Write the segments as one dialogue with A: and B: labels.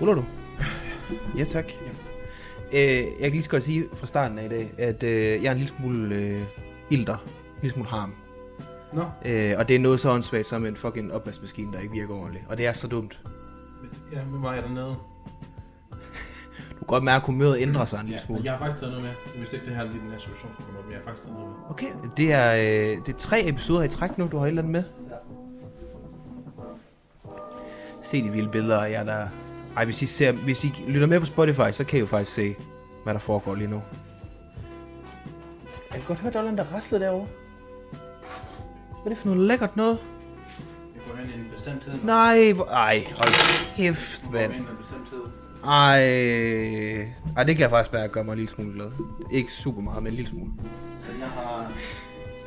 A: Ruller du? Ja, tak. Øh, jeg kan lige så godt sige fra starten af i dag, at øh, jeg er en lille smule øh, ilter. En lille smule harm.
B: Nå.
A: Øh, og det er noget så åndssvagt som en fucking opvaskemaskine, der ikke virker ordentligt. Og det er så dumt.
B: Ja, men var jeg dernede?
A: Du kan godt mærke, at humøret ændrer sig en lille
B: ja,
A: smule.
B: og Jeg har faktisk taget noget med. Jeg vidste ikke, det her lige den her situation skulle komme op, men jeg har faktisk taget noget med.
A: Okay, det er, øh, det er tre episoder i træk nu, du har et eller andet med. Se de vilde billeder af jer, der... Ej, hvis I, ser, hvis I lytter med på Spotify, så kan I jo faktisk se, hvad der foregår lige nu. Jeg kan godt høre, der er der raslede derovre. Hvad er det for noget lækkert noget?
B: Jeg går hen i en bestemt tid.
A: Nej, hvor... Ej, hold kæft,
B: Jeg går
A: mand.
B: hen i en bestemt tid.
A: Ej, ej, det kan jeg faktisk bare gøre mig en lille smule glad. Ikke super meget, men en lille smule.
B: Så jeg har,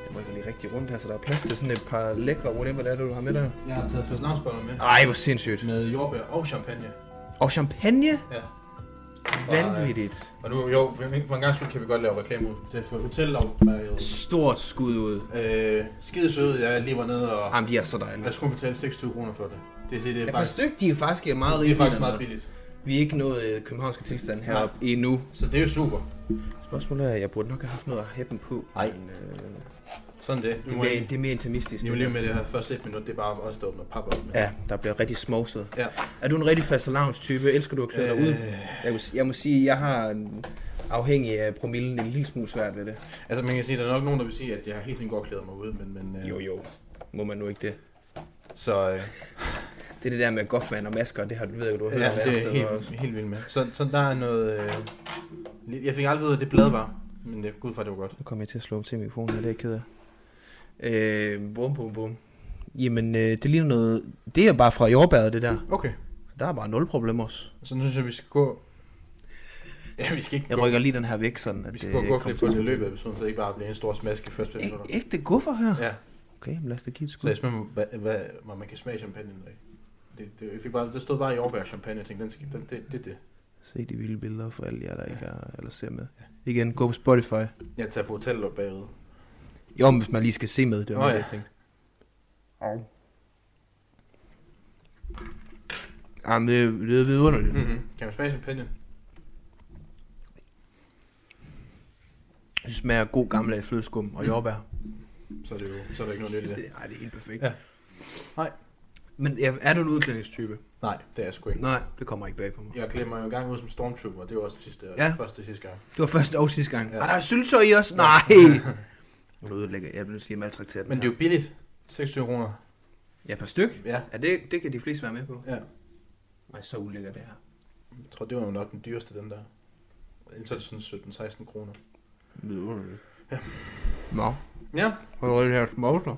A: Jeg rykker lige rigtig rundt her, så der er plads til sådan et par lækre whatever det er, du har med dig.
B: jeg har taget først navnsboller med.
A: Ej, hvor sindssygt.
B: Med jordbær og champagne.
A: Og champagne?
B: Ja.
A: Vanvittigt.
B: Og nu, jo, for for en gang skyld kan vi godt lave reklame ud til for hotellavmærket.
A: Stort skud ud.
B: Øh, skide søde, jeg lige var nede og...
A: Jamen, de er så
B: Jeg
A: dejlige.
B: skulle betale 26 kroner for det. Det, er- det
A: Et
B: er
A: par
B: faktisk,
A: stykker, de er faktisk er meget
B: det er
A: rimelige.
B: faktisk meget billigt.
A: Vi er ikke nået øh, københavnske tilstand heroppe endnu.
B: Så det er jo super.
A: Spørgsmålet er, jeg burde nok have haft noget at hæppe på. Nej. Men, øh, det,
B: Sådan det. Nu
A: er
B: må
A: mere,
B: jeg,
A: det er mere intimistisk.
B: nu
A: det
B: lige
A: her.
B: med det her første et minut, det er bare os, der åbner pap op med.
A: Ja, der bliver rigtig smovset.
B: Ja.
A: Er du en rigtig fast type? Elsker du at klæde dig ud?
B: Øh,
A: Jeg, må, jeg må sige, jeg har en, afhængig af promillen en lille smule svært ved det.
B: altså man kan sige, der er nok nogen, der vil sige, at jeg helt tiden godt klæder mig ud, men... men øh,
A: Jo, jo. Må man nu ikke det?
B: Så øh,
A: Det er det der med Goffman og masker, det har du ved jeg, du har hørt
B: ja,
A: om alle
B: det er
A: steder
B: helt,
A: også.
B: helt vildt med. Så, så der er noget... Øh, lidt- jeg fik aldrig ved, at det blad var, men jeg går ud fra, at det var godt.
A: Nu kommer jeg til at slå til mikrofonen, og det er jeg ked af. Øh, bum, bum, bum. Jamen, øh, det ligner noget... Det er bare fra jordbæret, det der.
B: Okay,
A: Der er bare nul problemer også.
B: så nu synes jeg, vi skal gå... Ja, vi skal ikke
A: Jeg
B: gå,
A: rykker lige den her væk, sådan at
B: vi skal gå, gå flere
A: kommer
B: på
A: til-
B: det løbet af episoden, så det ikke bare bliver en stor smask i første minutter.
A: Æg- Ægte guffer her?
B: Ja,
A: Okay, men lad os da give et
B: så jeg
A: skud.
B: smager, hvad, hvad, hvad man kan smage champagne af. Det, det, jeg fik bare, det stod bare i jordbær og champagne, jeg tænkte, den skal, den, det, det, det.
A: Se de vilde billeder for alle jer, der ikke er, eller ser med. Igen, gå på Spotify.
B: Jeg tager på hotellet og bagved.
A: Jo, men hvis man lige skal se med, det var
B: Nå
A: oh,
B: ja.
A: jeg tænkte. Jamen, det, er- det er vidunderligt. Mm.
B: Mm-hmm. Kan man smage champagne?
A: Det smager af god gammeldags flødeskum og jordbær.
B: Så er det jo Mm. så er der ikke noget nyt i det.
A: Nej, det er helt perfekt.
B: Ja. Nej.
A: Men er, er du en udklædningstype?
B: Nej, det er jeg sgu ikke.
A: Nej, det kommer ikke bag på mig.
B: Jeg glemmer jo engang ud som stormtrooper, det var også sidste,
A: Ja.
B: ja. første sidste gang.
A: Det var første og sidste gang. Ja.
B: Ja.
A: Ah, der er syltøj i os? Nej! Nu ødelægger jeg. Jeg bliver nødt til at maltraktere den
B: Men det
A: her.
B: er jo billigt. 26 kroner.
A: Ja, per styk.
B: Ja.
A: Ja, det, det kan de fleste være med på.
B: ja.
A: Nej, så ulækkert det her.
B: Jeg tror, det var jo nok den dyreste, den der. Ellers er det sådan 17-16 kroner.
A: Vidunderligt. Ja. Nå,
B: Ja.
A: prøv det her småsler.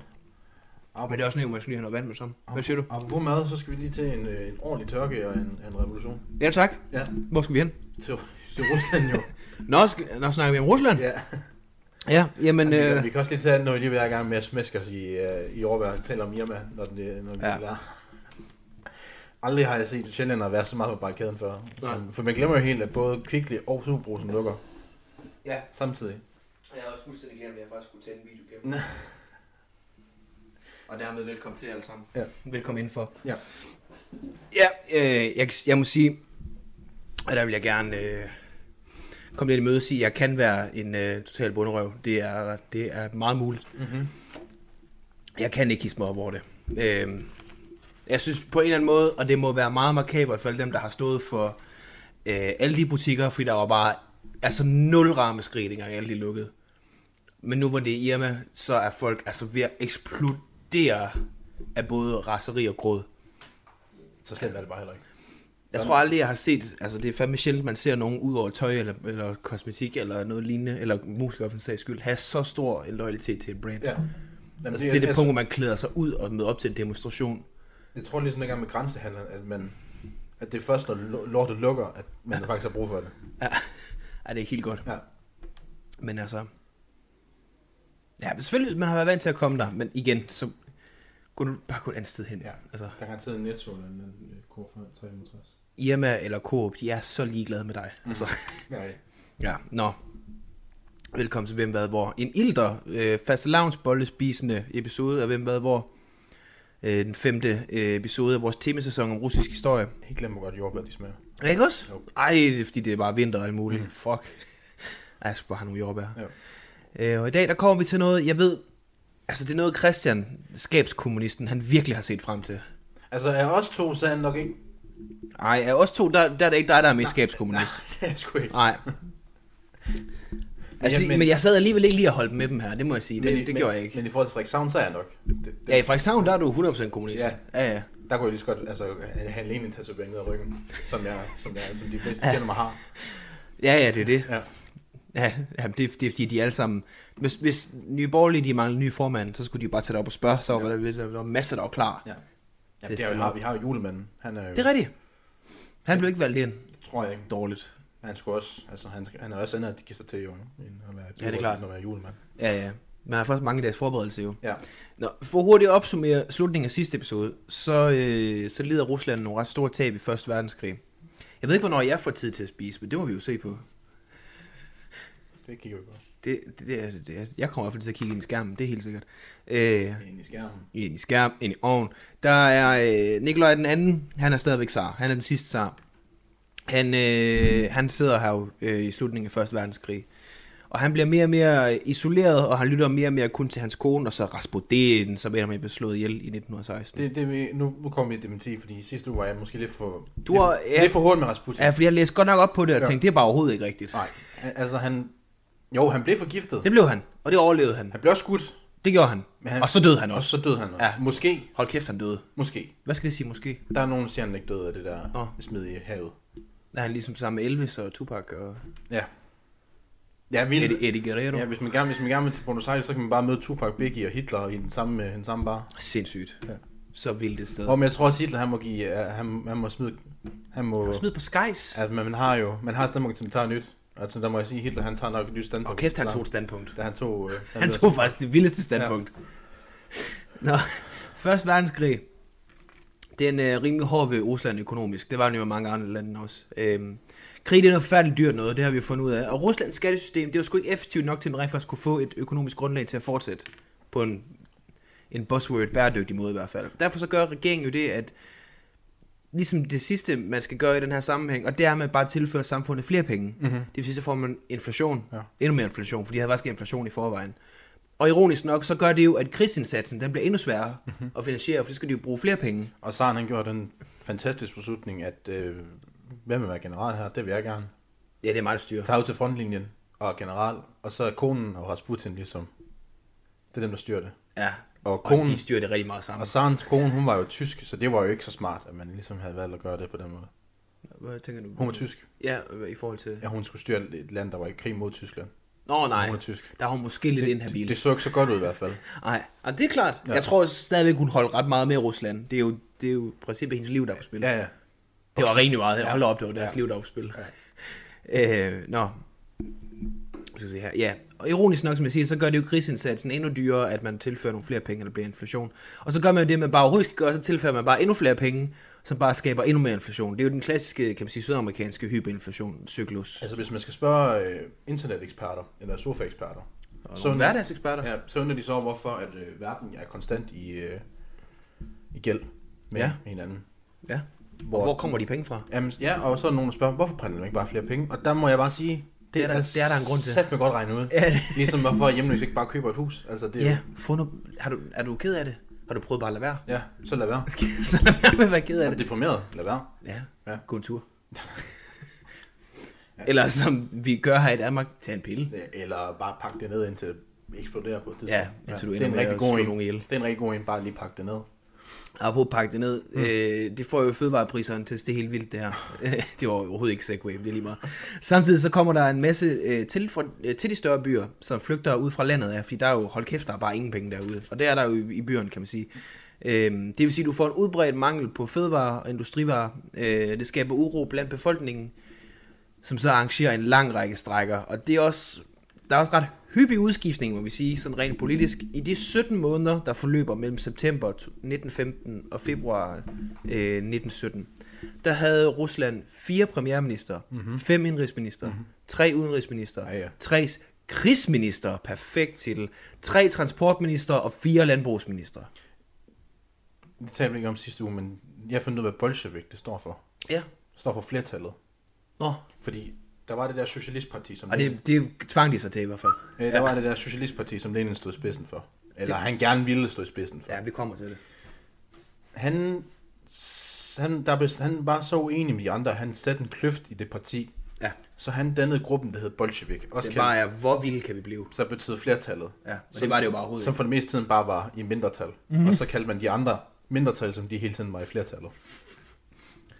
A: Men det er også noget, man skal lige have noget vand med sammen. Hvad siger du?
B: Apropos mad, så skal vi lige til en, øh, en ordentlig tørke og en, en revolution.
A: Ja, tak.
B: Ja.
A: Hvor skal vi hen?
B: Til, til Rusland jo.
A: Nå, skal, nå snakker vi om Rusland?
B: ja.
A: Ja, jamen...
B: Men,
A: Øh,
B: øh... Vi kan også lige tage, når vi lige er i gang med at smæske os i, øh, i overvær og tale om Irma, når, den, øh, når vi
A: Ja.
B: ja. er klar. Aldrig har jeg set sjællænder være så meget på barrikaden før. Som, for man glemmer jo helt, at både Kvickly og Superbrusen lukker
A: ja,
B: samtidig.
A: jeg har også fuldstændig glemt, at jeg faktisk skulle tage en video
B: Nå.
A: Og dermed velkommen til alle sammen.
B: Ja.
A: Velkommen indenfor.
B: Ja.
A: Ja, øh, jeg, jeg må sige, at der vil jeg gerne øh, komme lidt i møde og sige, at jeg kan være en øh, total bunderøv. Det er, det er meget muligt.
B: Mm-hmm.
A: Jeg kan ikke hisse mig op over det. Øh, jeg synes på en eller anden måde, og det må være meget markabert for alle dem, der har stået for øh, alle de butikker, fordi der var bare altså nul rammeskrig, dengang alle de lukkede. Men nu hvor det er Irma, så er folk altså ved at eksplodere af både raseri og gråd.
B: Så slemt er det bare heller ikke.
A: Jeg tror aldrig, jeg har set, altså det er fandme sjældent, man ser nogen ud over tøj eller, eller kosmetik eller noget lignende, eller musikere for en sags skyld, have så stor en loyalitet til et brand. Ja,
B: Ja. Jamen,
A: altså, til det punkt, hvor man klæder sig ud og møder op til en demonstration.
B: Jeg tror ligesom dengang med grænsehandlen, at, man, at det er først, når lo- lortet lukker, at man ja. faktisk har brug for det.
A: Ja, Ej, det er helt godt.
B: Ja.
A: Men altså... Ja, men selvfølgelig, hvis man har været vant til at komme der, men igen, så kunne du bare gå et andet sted hen.
B: Ja.
A: Altså,
B: Der har taget en netto øh, eller en K5 360.
A: Irma eller Coop, de er så ligeglade med dig. Mm. Altså,
B: Nej.
A: ja, nå. Velkommen til Hvem Hvad Hvor. En ilter, øh, faste lavns, bollespisende episode af Hvem Hvad Hvor. øh, den femte øh, episode af vores temasæson om russisk historie.
B: Helt glemmer godt jordbær, de smager.
A: Ikke også?
B: Jo.
A: Ej, det er, fordi det er bare vinter og alt muligt. Mm. Fuck. Ej, jeg skal bare have nogle jordbær.
B: Jo.
A: Øh, og i dag, der kommer vi til noget, jeg ved, altså det er noget Christian, skabskommunisten, han virkelig har set frem til.
B: Altså, af os to, så er han nok ikke...
A: Ej, af os to, der, der er det ikke dig, der er mest skabskommunist.
B: det er sgu ikke.
A: Nej. Altså,
B: men-
A: men, men jeg sad alligevel ikke lige og holdt med dem her, det må jeg sige. Det,
B: Men i-
A: det
B: men,
A: gjorde jeg ikke.
B: Men i forhold til Frederikshavn, så er jeg nok. Det, det,
A: Ja, i Frederikshavn, der er du 100% kommunist.
B: Ja.
A: ja. ja.
B: Der kunne jeg lige så godt altså, have alene en tatovering ned ad ryggen, som, jeg, som, jeg, som de fleste kender mig har.
A: Ja, ja, det er det.
B: Ja.
A: Ja, ja det, er, det er fordi, de alle sammen... Hvis, hvis Nye Borgerlige, de mangler ny formand, så skulle de jo bare tage det op og spørge, så var der, der var masser, der var klar.
B: Ja. Ja,
A: Det
B: det er
A: stemmer.
B: jo, vi har jo julemanden. Han er jo,
A: Det er rigtigt. Han blev ikke valgt ind.
B: tror jeg ikke.
A: Dårligt.
B: Han skulle også, altså han, han er også andet, at de giver sig til jo, end at være,
A: Ja, det er klart.
B: End at være julemand.
A: Ja, ja. Man har faktisk mange dages forberedelse jo.
B: Ja.
A: Nå, for hurtigt at opsummere slutningen af sidste episode, så, øh, så lider Rusland nogle ret store tab i Første Verdenskrig. Jeg ved ikke, hvornår jeg får tid til at spise, men det må vi jo se på.
B: Det kigger vi på.
A: Det, det, det, er- det, er- jeg kommer i hvert fald til at kigge ind i skærmen, det er helt sikkert. Øh,
B: Ind i skærmen.
A: ind i skærm, ind i ovn. Der er øh, Nikolaj den anden, han er stadigvæk zar. Han er den sidste zar. Han, øh, han sidder her jo, øh, i slutningen af 1. verdenskrig. Og han bliver mere og mere isoleret, og han lytter mere og mere kun til hans kone, og så Rasputin, som ender med at blive slået ihjel i 1916. Det,
B: Det, det, vi- nu, nu kommer vi i dementi, fordi sidste uge var jeg måske lidt for,
A: Du har-
B: lidt,
A: ja.
B: lidt for hurtig med Rasputin.
A: ja, fordi jeg læste godt nok op på det, og
B: Ja.
A: tænkte, det er bare overhovedet ikke rigtigt.
B: Nej, al- altså han... Jo, han blev forgiftet.
A: Det blev han, og det overlevede han.
B: Han blev også skudt,
A: Det gjorde han.
B: Men han-
A: Og så døde han
B: og
A: også.
B: så døde han også.
A: Ja.
B: Måske,
A: Hold kæft, han døde.
B: måske.
A: Hvad skal det sige måske?
B: Der er nogen, der siger, han ikke døde af det der
A: Nå.
B: smid i havet.
A: Er han ligesom sammen med Elvis og Tupac og
B: Ja. Ja, vildt.
A: Eddie, Eddie Guerrero?
B: Ja, hvis man gerne, hvis man gerne vil til Buenos Aires, så kan man bare møde Tupac, Biggie og Hitler i den samme, øh, den samme bar.
A: Sindssygt.
B: Ja.
A: Så vildt et sted.
B: Og men jeg tror også, Hitler, han må give, øh, han, han må smide, han må,
A: Smid på Skies.
B: altså, man, man har jo, man har standpunkt, som tager nyt. Altså, der må jeg sige, Hitler, han tager nok et nyt standpunkt.
A: Og kæft, han
B: Så-
A: tog et standpunkt.
B: Da han tog, øh,
A: Han tog faktisk det vildeste standpunkt. Nå, Første Verdenskrig, den er rimelig hård ved Rusland økonomisk. Det var den jo i mange andre lande også. Øhm, krig det er noget forfærdeligt dyrt noget, det har vi jo fundet ud af. Og Ruslands skattesystem, det var sgu ikke effektivt nok til, at man rent faktisk kunne få et økonomisk grundlag til at fortsætte på en, en buzzword bæredygtig måde i hvert fald. Derfor så gør regeringen jo det, at ligesom det sidste, man skal gøre i den her sammenhæng, og det er, at man bare tilfører samfundet flere penge. Mm-hmm. Det vil sige, så får man inflation,
B: Ja.
A: ja. endnu mere inflation, fordi de havde faktisk inflation i forvejen. Og ironisk nok, så gør det jo, at krigsindsatsen den bliver endnu sværere
B: Mhm.
A: mm-hmm. at finansiere, for det skal de jo bruge flere penge.
B: Og Saren, han gjorde den fantastiske beslutning, at øh, hvem vil være general her? Det vil jeg gerne.
A: Ja, det er meget styr.
B: Tager ud til frontlinjen og er general, og så er konen og Rasputin ligesom. Det er dem, der styrer det.
A: Ja,
B: Og
A: og,
B: konen-
A: de styrer det rigtig meget sammen.
B: Og Sarens kone, hun var jo tysk, så det var jo ikke så smart, at man ligesom havde valgt at gøre det på den måde.
A: Hvad tænker du?
B: Hun var tysk.
A: Ja, hvad i forhold til...
B: Ja, hun skulle styre et land, der var i krig mod Tyskland.
A: Nå nej,
B: Hun er tysk.
A: der er hun måske lidt inhabil.
B: Det, det så ikke så godt ud i hvert fald.
A: Nej, og det er klart.
B: Ja.
A: Ja. Jeg tror stadigvæk, hun holdt ret meget med Rusland. Det er jo, det er jo i princippet hendes liv, der er på spil.
B: Ja, ja.
A: Det var rigtig meget. Hold da op, det var deres
B: Ja.
A: ja. liv, der var på spil. Ja. øh, nå. Jeg Skal se her. Ja, og ironisk nok, som jeg siger, så gør det jo krigsindsatsen endnu dyrere, at man tilfører nogle flere penge, eller bliver inflation. Og så gør man jo det, man bare overhovedet skal gøre, så tilfører man bare endnu flere penge, som bare skaber endnu mere inflation. Det er jo den klassiske, kan man sige, sydamerikanske hyperinflation, cyklus.
B: Altså hvis man skal spørge øh, interneteksperter, eller sofaeksperter,
A: Og
B: så-
A: nogle hverdagseksperter.
B: ja, så undrer de så, hvorfor at øh, verden er konstant i, øh, i gæld med ja.
A: Ja.
B: hinanden.
A: Ja. Hvor, hvor kommer de penge fra?
B: Jamen, ja, og så er der nogen, der spørger, hvorfor printer man ikke bare flere penge? Og der må jeg bare sige, det,
A: er der- det er der en grund til.
B: Sat mig godt regnet ud.
A: Ja,
B: ligesom hvorfor hjemløse ikke bare køber et hus. Altså, det er
A: Ja,
B: jo,
A: få nu, har du, er du ked af det? Har du prøvet bare at lade være?
B: ja, så lad være.
A: så lad være med at være ked
B: Er
A: af
B: du
A: det.
B: deprimeret? Lad være.
A: Ja,
B: Ja.
A: ja. gå en tur. Eller som vi gør her i Danmark, tag en pille.
B: Eller bare pakke det ned, indtil det eksploderer på et tidspunkt.
A: Ja, indtil du
B: det
A: ender
B: er en
A: med
B: rigtig
A: at
B: god
A: slå
B: en.
A: nogen ihjel.
B: Det er en rigtig god en, bare lige pakke det ned.
A: Apropos pakke det ned, mm. øh, det får jo fødevarepriserne til at stige helt vildt det her. Øh, det var jo overhovedet ikke segway, det er lige meget. Samtidig så kommer der en masse øh, til, fra, øh, til de større byer, som flygter ud fra landet af, fordi der er jo, hold kæft, der er bare ingen penge derude. Og det er der jo i, i byerne, kan man sige. Øh, det vil sige, at du får en udbredt mangel på fødevarer og industrivarer. Øh, det skaber uro blandt befolkningen, som så arrangerer en lang række strækker. Og det er også, der er også ret hyppig udskiftning, må vi sige, sådan rent politisk. I de 17 måneder, der forløber mellem september 1915 og februar øh, 1917, der havde Rusland fire premierminister, mm-hmm. fem indrigsminister, mm-hmm. tre udenrigsminister,
B: Mhm. Ja, ja.
A: tre s- krigsminister, perfekt titel, tre transportminister og fire landbrugsminister.
B: det talte vi ikke om sidste uge, men jeg fandt ud af, hvad bolshevik det står for.
A: Ja.
B: Det står for flertallet.
A: Nå,
B: Fordi der var det der socialistparti, som
A: og det, det tvang de sig til i hvert fald.
B: Øh, der var det der socialistparti, som Lenin stod i spidsen for. Eller han gerne ville stå i spidsen for.
A: Ja, vi kommer til det.
B: Han, han, der blev, han var så uenig med de andre, han satte en kløft i det parti.
A: Ja.
B: Så han dannede gruppen, der hed Bolshevik. Også
A: Det
B: kendt,
A: bare er, hvor vilde kan vi blive?
B: så betyder flertallet.
A: Ja, Mhm. og det var det jo bare overhovedet
B: Som
A: ikke.
B: for det meste tiden bare var i mindretal. Mm-hmm. Og så kaldte man de andre mindretal, som de hele tiden var i flertallet.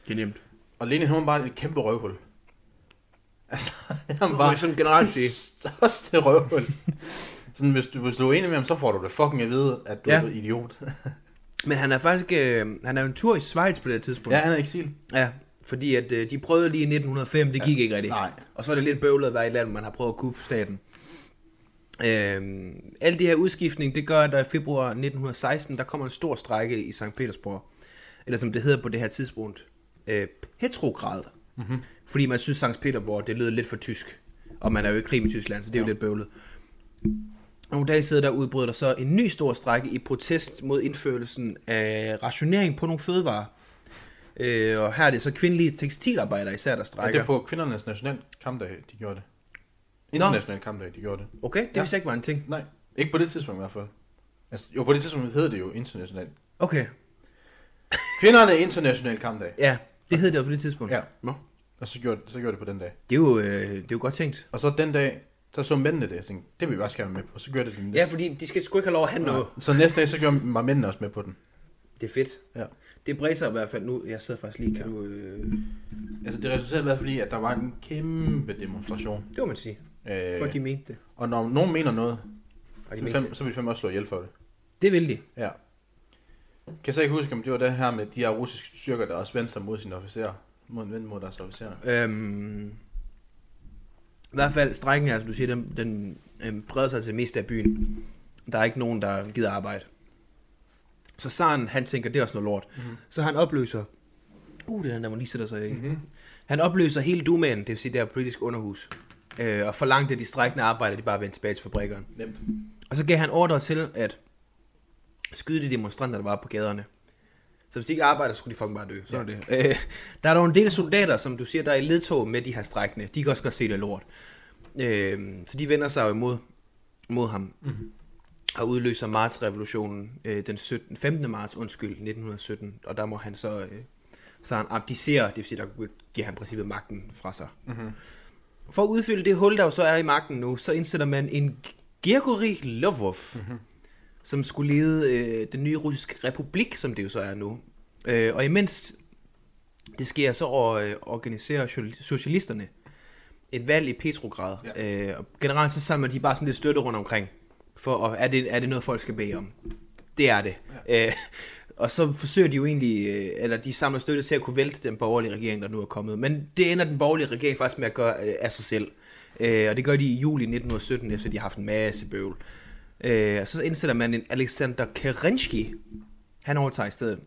A: Det er nemt.
B: Og Lenin, han var bare et kæmpe røvhul. Altså, han
A: Må
B: var
A: jeg sådan generelt sige?
B: største røvhul. Sådan, hvis du, hvis du er enig med ham, så får du det fucking at vide, at du
A: Ja.
B: ja. er en idiot.
A: Men han er faktisk, øh, han er jo en tur i Schweiz på det her tidspunkt.
B: ja, han er i eksil.
A: ja fordi at øh, de prøvede lige i 1905, det gik ikke rigtigt.
B: nej.
A: Og så er det lidt bøvlet at være i et land, hvor man har prøvet at kuppe staten. Øhm, alle de her udskiftning, det gør, at der i februar 1916, der kommer en stor strække i St. Petersborg. Eller som det hedder på det her tidspunkt, øh, Petrograd. Mm-hmm. Fordi man synes, St. Petersborg, det lyder lidt for tysk. Og man er jo i krig med Tyskland, så det er jo lidt bøvlet. Nogle dage siden der udbrød der så en ny stor strække i protest mod indførelsen af rationering på nogle fødevarer. Øh, og her er det så kvindelige tekstilarbejdere især, der
B: Og
A: strækker.
B: det er på kvindernes national kampdag, de gjorde det. International kampdag, de gjorde det.
A: Okay, det ja.
B: Ja.
A: vidste jeg ikke var en ting.
B: Nej, ikke på det tidspunkt i hvert fald. Altså, jo, på det tidspunkt hed det jo international.
A: Okay,
B: Kvinderne international kampdag.
A: ja, det hed det jo på det tidspunkt.
B: Ja.
A: Nå.
B: Og så gjorde, så gjorde det på den dag.
A: Det er jo, øh, det er jo godt tænkt.
B: Og så den dag, så så mændene det. Jeg tænkte, det vil vi også gerne være med på. Så gjorde det den
A: Ja,
B: næste.
A: fordi de skal sgu ikke have lov at have noget.
B: Så næste dag, så gjorde mig mændene også med på den.
A: Det er fedt.
B: Ja.
A: Det bræser i hvert fald nu. Jeg sidder faktisk lige, kan du... Øh...
B: Altså, det resulterede i hvert fald i, at der var en kæmpe demonstration.
A: Det må man sige.
B: Øh,
A: Folk, de mente det.
B: og når nogen mener noget,
A: Og de
B: så vil,
A: mente det.
B: fem, så vil fem også slå ihjel for det.
A: Det vil de.
B: Ja. Kan jeg så ikke huske, om det var det her med de her russiske styrker, der også vendte sig mod sine officerer? Mod, vendte mod deres officerer.
A: Øhm... I hvert fald strækken, altså du siger, den, den øhm, breder sig til mest af byen. Der er ikke nogen, der gider arbejde. Så Saren, han tænker, det er også noget lort. Mm-hmm. Så han opløser... Uh, det er den der, man lige sætter sig i. Mm-hmm. Han opløser hele Dumaen, det vil sige det her politiske underhus, øh, og forlangte, at de strækkende arbejdere, de bare vendte tilbage til fabrikkerne.
B: Nemt.
A: Og så gav han ordre til at skyde de demonstranter, der var på gaderne. Så hvis de ikke arbejder, så skulle de fucking bare dø. Så ja. det. Øh, der er dog en del soldater, som du siger, der er i ledtog med de her strækkende. De kan også godt se det er lort. Øh, så de vender sig jo imod mod ham. Mm-hmm. Og udløser martsrevolutionen øh, den 17, 15. marts, undskyld, 1917. Og der må han så, øh, så han abdicere, det vil sige, der giver han i princippet magten fra sig.
B: Mm-hmm.
A: For at udfylde det hul, der jo så er i magten nu, så indsætter man en Gergori Lovov, mm-hmm. som skulle lede øh, den nye russiske republik, som det jo så er nu. Øh, og imens det sker, så or- øh, organiserer jo- socialisterne et valg i Petrograd. Ja. Øh, og generelt så samler de bare sådan lidt støtte rundt omkring, for at, er, det, er det noget, folk skal bede om? Det er det. Ja. Øh, og så forsøger de jo egentlig, øh, eller de samler støtte til at kunne vælte den borgerlige regering, der nu er kommet. Men det ender den borgerlige regering faktisk med at gøre øh, af sig selv. Øh, og det gør de i juli 1917, efter de har haft en masse bøvl. Øh, og så indsætter man en Alexander Kerensky. Han overtager i stedet.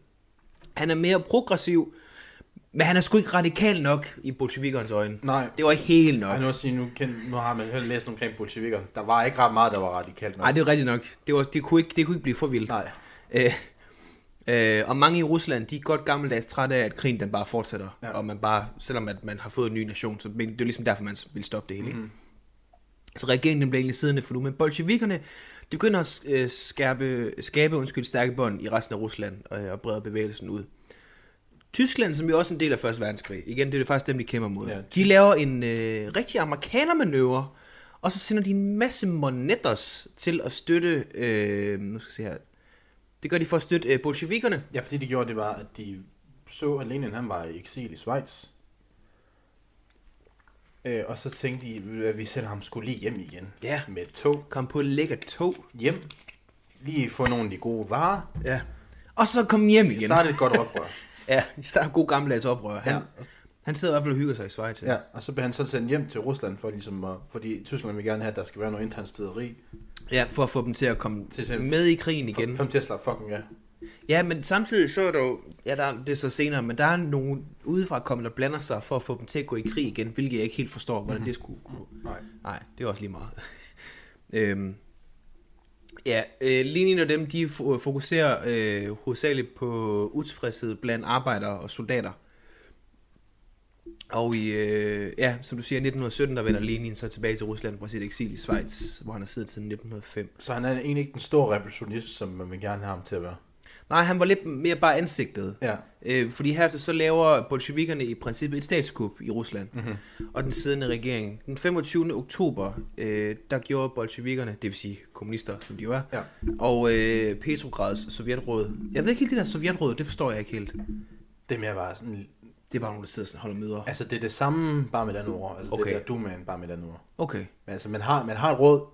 A: Han er mere progressiv, men han er sgu ikke radikal nok i bolsjevikernes øjne.
B: Nej.
A: Det var ikke helt nok.
B: Jeg nu også sige, nu, kendt, nu har man hørt læst omkring bolsjevikker. Der var ikke ret meget, der var radikalt nok.
A: Nej, det er rigtigt nok. Det, var, det, kunne, ikke, det kunne ikke blive for vildt.
B: Nej.
A: Øh, øh, og mange i Rusland, de er godt gammeldags trætte af, at krigen den bare fortsætter. Ja.
B: Ja.
A: Og man bare, selvom at man har fået en ny nation, så men det er jo ligesom derfor, man vil stoppe det hele. Mm-hmm. Så regeringen den bliver egentlig siddende for nu, men bolsjevikerne, de begynder at øh, skærpe, skabe undskyld, stærke bånd i resten af Rusland øh, og breder bevægelsen ud. Tyskland, som jo også er en del af Første Verdenskrig, igen, det er det faktisk dem, de kæmper mod. Ja.
B: Ja.
A: De laver en øh, rigtig amerikanermanøvre, og så sender de en masse monetters til at støtte, øh, nu skal jeg se her, det gør de for at støtte øh, bolsjevikerne.
B: Ja, fordi de gjorde, det var, at de så, at Lenin han var i eksil i Schweiz. Øh, og så tænkte de, at vi sender ham skulle lige hjem igen.
A: Ja.
B: Med et tog.
A: Kom på et lækkert tog.
B: Hjem. Lige få nogle af de gode varer.
A: Ja. Og så kom hjem igen.
B: Starte et godt oprør.
A: Ja, de starter god gammeldags oprør. Han,
B: Ja.
A: han sidder i hvert fald og hygger sig i Schweiz.
B: ja, og så blev han så sendt hjem til Rusland, for ligesom at, fordi Tyskland vil gerne have, at der skal være noget internt stederi.
A: ja, for at få dem til at komme
B: Til selv-
A: med i krigen igen.
B: Fem til at slappe fucking af.
A: Ja, men samtidig så er der jo, ja, der, er- det er så senere, men der er nogle udefra kommende, der blander sig for at få dem til at gå i krig igen, hvilket jeg ikke helt
B: Mhm.
A: forstår, hvordan mm-hmm. det skulle kunne.
B: Nej.
A: Nej, det er også lige meget. øhm, Ja, øh, linjen og dem, de fo- fokuserer øh, hovedsageligt på utilfredshed blandt arbejdere og soldater. Og i, øh, ja, som du siger, i 1917, der vender Lenin så tilbage til Rusland fra sit eksil i Schweiz, hvor han har siddet siden 1905.
B: Så han er egentlig ikke den store revolutionist, som man vil gerne have ham til at være.
A: Nej, han var lidt mere bare ansigtet.
B: Ja.
A: Øh, fordi herefter så laver bolsjevikerne i princippet et statskup i Rusland.
B: Mhm.
A: Mm-hmm. Og den siddende regering. Den 25. oktober, øh, der gjorde bolsjevikerne, det vil sige kommunister, som de jo er,
B: Ja.
A: og øh, Petrograds sovjetråd. Jeg ved ikke helt det der sovjetråd, det forstår jeg ikke helt.
B: Det er mere bare sådan...
A: Det er bare nogle, der sidder og holder møder.
B: Altså, det er det samme, bare med et andet ord. Altså,
A: Okay.
B: det er der dumaen, bare med et andet ord.
A: Okay.
B: Men altså, man har, man har et råd,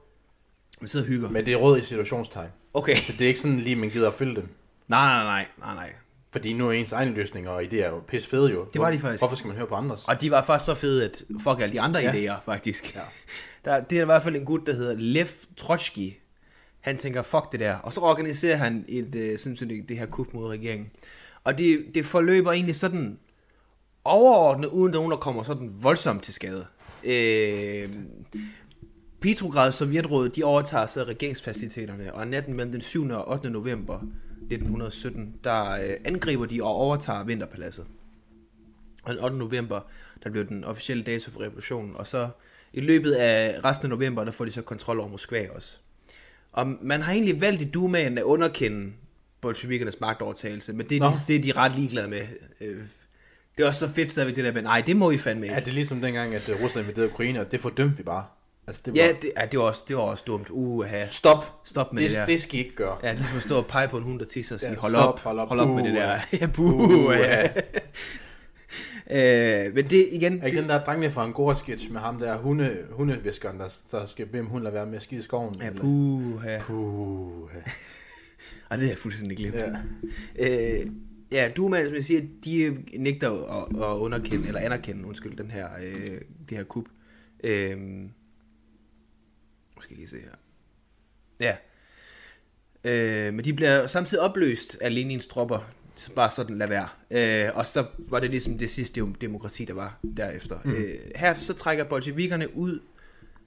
A: Man sidder og hygger.
B: men det er råd i situationstegn.
A: Okay.
B: Så det er ikke sådan lige, man gider at følge dem.
A: Nej, nej, nej, nej, nej.
B: Fordi nu er ens egne løsninger og idéer jo pisse fede jo.
A: Det var de faktisk.
B: Hvorfor skal man høre på andres?
A: Og de var faktisk så fede, at fuck alle de andre ja.
B: Ja.
A: idéer, faktisk. Ja. Der, det er i hvert fald en gut, der hedder Lev Trotsky. Han tænker, fuck det der. Og så organiserer han et, øh, sådan, sådan, det- det her kup mod regeringen. Og det, det forløber egentlig sådan overordnet, uden nogen, der kommer sådan voldsomt til skade. Øh, Petrograd og Sovjetrådet, de overtager så regeringsfaciliteterne, og natten mellem den 7. og 8. november 1917, der øh, angriber de og overtager Vinterpaladset. Og den 8. november, der blev den officielle dato for revolutionen, og så i løbet af resten af november, der får de så kontrol over Moskva også. Og man har egentlig valgt i Dumaen at underkende bolsjevikernes magtovertagelse, men det er, de,
B: Nå.
A: det er de ret ligeglade med. Øh, Det er også så fedt stadigvæk det der, men nej, det må I fandme
B: Ja,
A: ikke.
B: det er ligesom dengang, at øh, Rusland invaderede Ukraine, og det fordømte vi bare. Altså, det var...
A: Ja, det, ja, det, var, også, det var også dumt. Uha.
B: Stop.
A: Stop med
B: det,
A: det der.
B: det skal I ikke gøre.
A: Ja, ligesom at stå og pege på en hund, der tisser og sige,
B: Ja,
A: hold,
B: stop,
A: op, hold
B: hold
A: op,
B: op,
A: med det der.
B: puha.
A: ja, buh, ja. øh, men det igen,
B: Er ikke
A: det,
B: den der drengene fra Angora sketch med ham der hunde, hundeviskeren, der så skal bede om hun lade være med at skide i skoven?
A: ja, buh, ja.
B: Puh.
A: Ej, det har jeg fuldstændig glemt.
B: Ja.
A: Øh, ja, du man, som jeg siger, de nægter jo at, at underkende, eller anerkende, undskyld, den her, øh, det her kup. Øh, nu skal jeg lige se her. Ja. Øh, men de bliver samtidig opløst af Lenins tropper, så bare sådan lad være. Øh, og så var det ligesom det sidste dem- demokrati, der var derefter. Mm. Øh, her så trækker bolsjevikerne ud,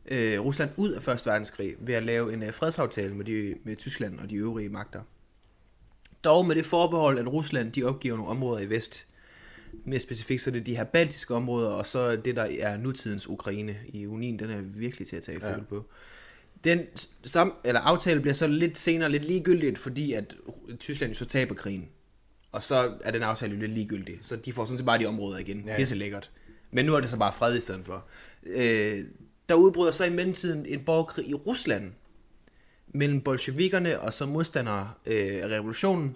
A: øh, Rusland ud af Første Verdenskrig, ved at lave en øh, fredsaftale med, de, med Tyskland og de øvrige magter. Dog med det forbehold, at Rusland de opgiver nogle områder i vest. Mere specifikt så er det de her baltiske områder, og så det, der er nutidens Ukraine i Unien, den er virkelig til at tage i ja. på. Den s- sam, eller aftale bliver så lidt senere lidt ligegyldigt, fordi at Ru- Tyskland jo så taber krigen. Og så er den aftale jo lidt ligegyldig. Så de får sådan set bare de områder igen. Ja.
B: Ja.
A: Pisse lækkert. Men nu er det så bare fred i stedet for. Øh, der udbryder så i mellemtiden en borgerkrig i Rusland mellem bolsjevikerne og så modstandere øh, af revolutionen.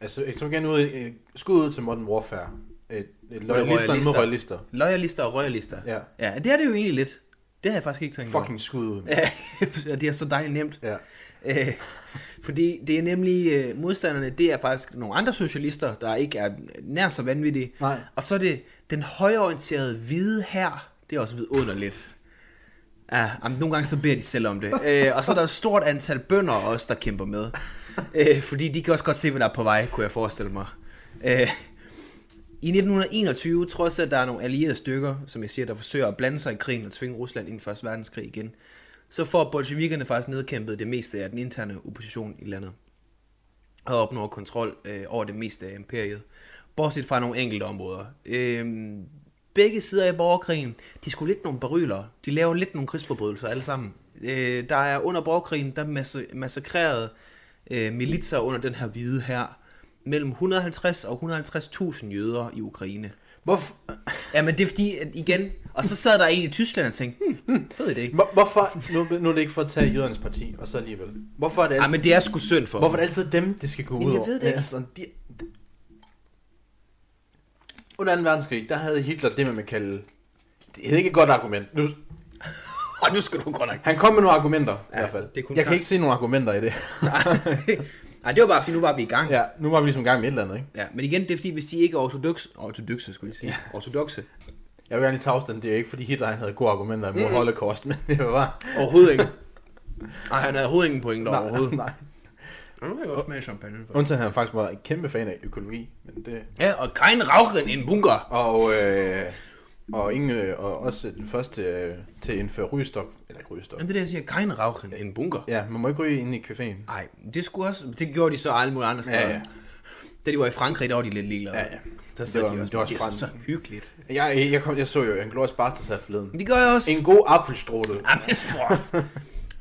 B: Altså, jeg tror gerne ud, øh, skud ud til Modern Warfare. Et, et loyalister
A: royalister.
B: mod royalister.
A: Loyalister og royalister.
B: Ja.
A: ja, det er det jo egentlig lidt. Det havde jeg faktisk ikke tænkt
B: Fucking skud ud.
A: over. Ja, det er så dejligt nemt.
B: Ja.
A: Øh, fordi det er nemlig øh, modstanderne, det er faktisk nogle andre socialister, der ikke er nær så vanvittige.
B: Nej.
A: Og så er det den højorienterede hvide her. Det er også vidunderligt. Ja, jamen, nogle gange så beder de selv om det. Øh, og så er der et stort antal bønder også, der kæmper med. Øh, fordi de kan også godt se, hvad der er på vej, kunne jeg forestille mig. Øh, i 1921, trods at der er nogle allierede stykker, som jeg siger, der forsøger at blande sig i krigen og tvinge Rusland ind i Første Verdenskrig igen, så får bolsjevikerne faktisk nedkæmpet det meste af den interne opposition i landet og opnår kontrol øh, over det meste af imperiet, bortset fra nogle enkelte områder. Øh, begge sider i borgerkrigen, de skulle lidt nogle baryler. De laver lidt nogle krigsforbrydelser alle sammen. Øh, der er under borgerkrigen, der masse, massakrerede øh, militser under den her hvide her mellem 150 og 150.000 jøder i Ukraine.
B: Hvorfor,
A: Jamen det er fordi, at igen, og så sad der en i Tyskland og tænkte, hmm, hmm, fed idé.
B: hvor- hvorfor nu, nu er det ikke for at tage jødernes parti, og så alligevel. Hvorfor er det
A: Ej,
B: altid,
A: men det er sgu synd for
B: hvorfor
A: dem.
B: er det altid dem, det skal gå
A: Jamen,
B: ud
A: jeg
B: over?
A: ved det
B: Men
A: ikke.
B: Altså, de, under 2. verdenskrig, der havde Hitler det, man vil kalde... Det er ikke et godt argument. Nu,
A: Og nu skal du godt nok
B: Han kom med nogle argumenter, ja, i hvert fald.
A: det er kun
B: jeg
A: klart.
B: kan ikke se nogle argumenter i det.
A: Nej, det var bare, fordi nu var vi i gang. Ja.
B: ja, nu var vi ligesom i gang med et eller andet, ikke?
A: ja. men igen, det er fordi, hvis de ikke er ortodoxe, ortodoxe skulle jeg sige, ja. ortodoxe,
B: Jeg vil gerne lige tage afstand. Det er jo ikke, fordi Hitler han havde gode argumenter imod mm. holocaust, men det var bare...
A: overhovedet ikke. Nej, han havde overhovedet ingen pointer
B: Nej,
A: overhovedet.
B: nej.
A: Og nu kan jeg godt smage champagne. For.
B: Undtagen han faktisk var en kæmpe fan af økologi, men det...
A: Ja, og kein Rauchen in Bunker.
B: Og øh, Og, ingen, øh, og også den første øh, til at indføre rygestop. Eller ikke rygestop.
A: Jamen det er det, jeg siger. Kein Rauchen i en bunker.
B: Ja, man må ikke ryge inde i caféen.
A: Nej, det skulle også... Det gjorde de så alle mulige andre steder.
B: Ja, ja.
A: Da de var i Frankrig, der var de lidt ligeglade.
B: Ja, ja.
A: Så sad
B: Det var-
A: de også,
B: det var også
A: det er så
B: Frankrig."
A: hyggeligt.
B: Jeg, jeg, kom, jeg så jo en glorious bastard her forleden.
A: Men det gør jeg også.
B: En god apfelstråle.
A: Jamen, for-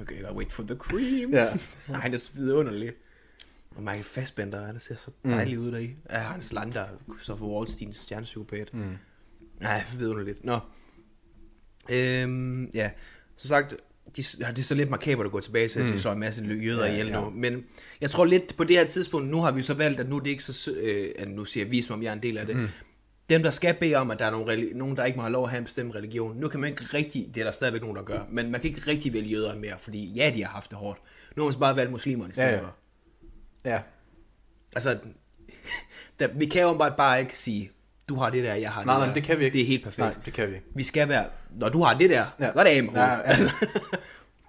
A: okay, I wait for the cream.
B: Ja.
A: Nej, det er så vidunderligt. Og Michael Fassbender, han ser så dejlig ud deri. Ja, han slander Christopher Waldsteins stjernepsykopat. Mm. Nej, vidunderligt. Nå. Øhm, ja, som sagt, de, ja, det er så lidt markabert at gå tilbage til, at de så en masse jøder
B: Ja,
A: ja, ihjel
B: ja.
A: nu. Men jeg tror lidt på det her tidspunkt, nu har vi så valgt, at nu er det ikke så... sø- Øh, at nu siger jeg, vis mig, om jeg er en del af det. Mm. Dem, der skal bede om, at der er nogle reli- nogen, der ikke må have lov at have en bestemt religion, nu kan man ikke rigtig, det er der stadigvæk nogen, der gør, men man kan ikke rigtig vælge jøderne mere, fordi ja, de har haft det hårdt. Nu har man så bare valgt muslimerne i stedet
B: Ja,
A: ja,
B: ja.
A: ja. for.
B: Ja.
A: Altså, der, vi kan jo bare, bare ikke sige, du har det der, jeg har det
B: Nej,
A: der.
B: nej, det kan vi ikke.
A: Det er helt perfekt.
B: Nej, det kan vi ikke.
A: Vi skal være, når du har det der,
B: Ja.
A: ja. så er det af med
B: Ja,
A: hovedet.
B: ja.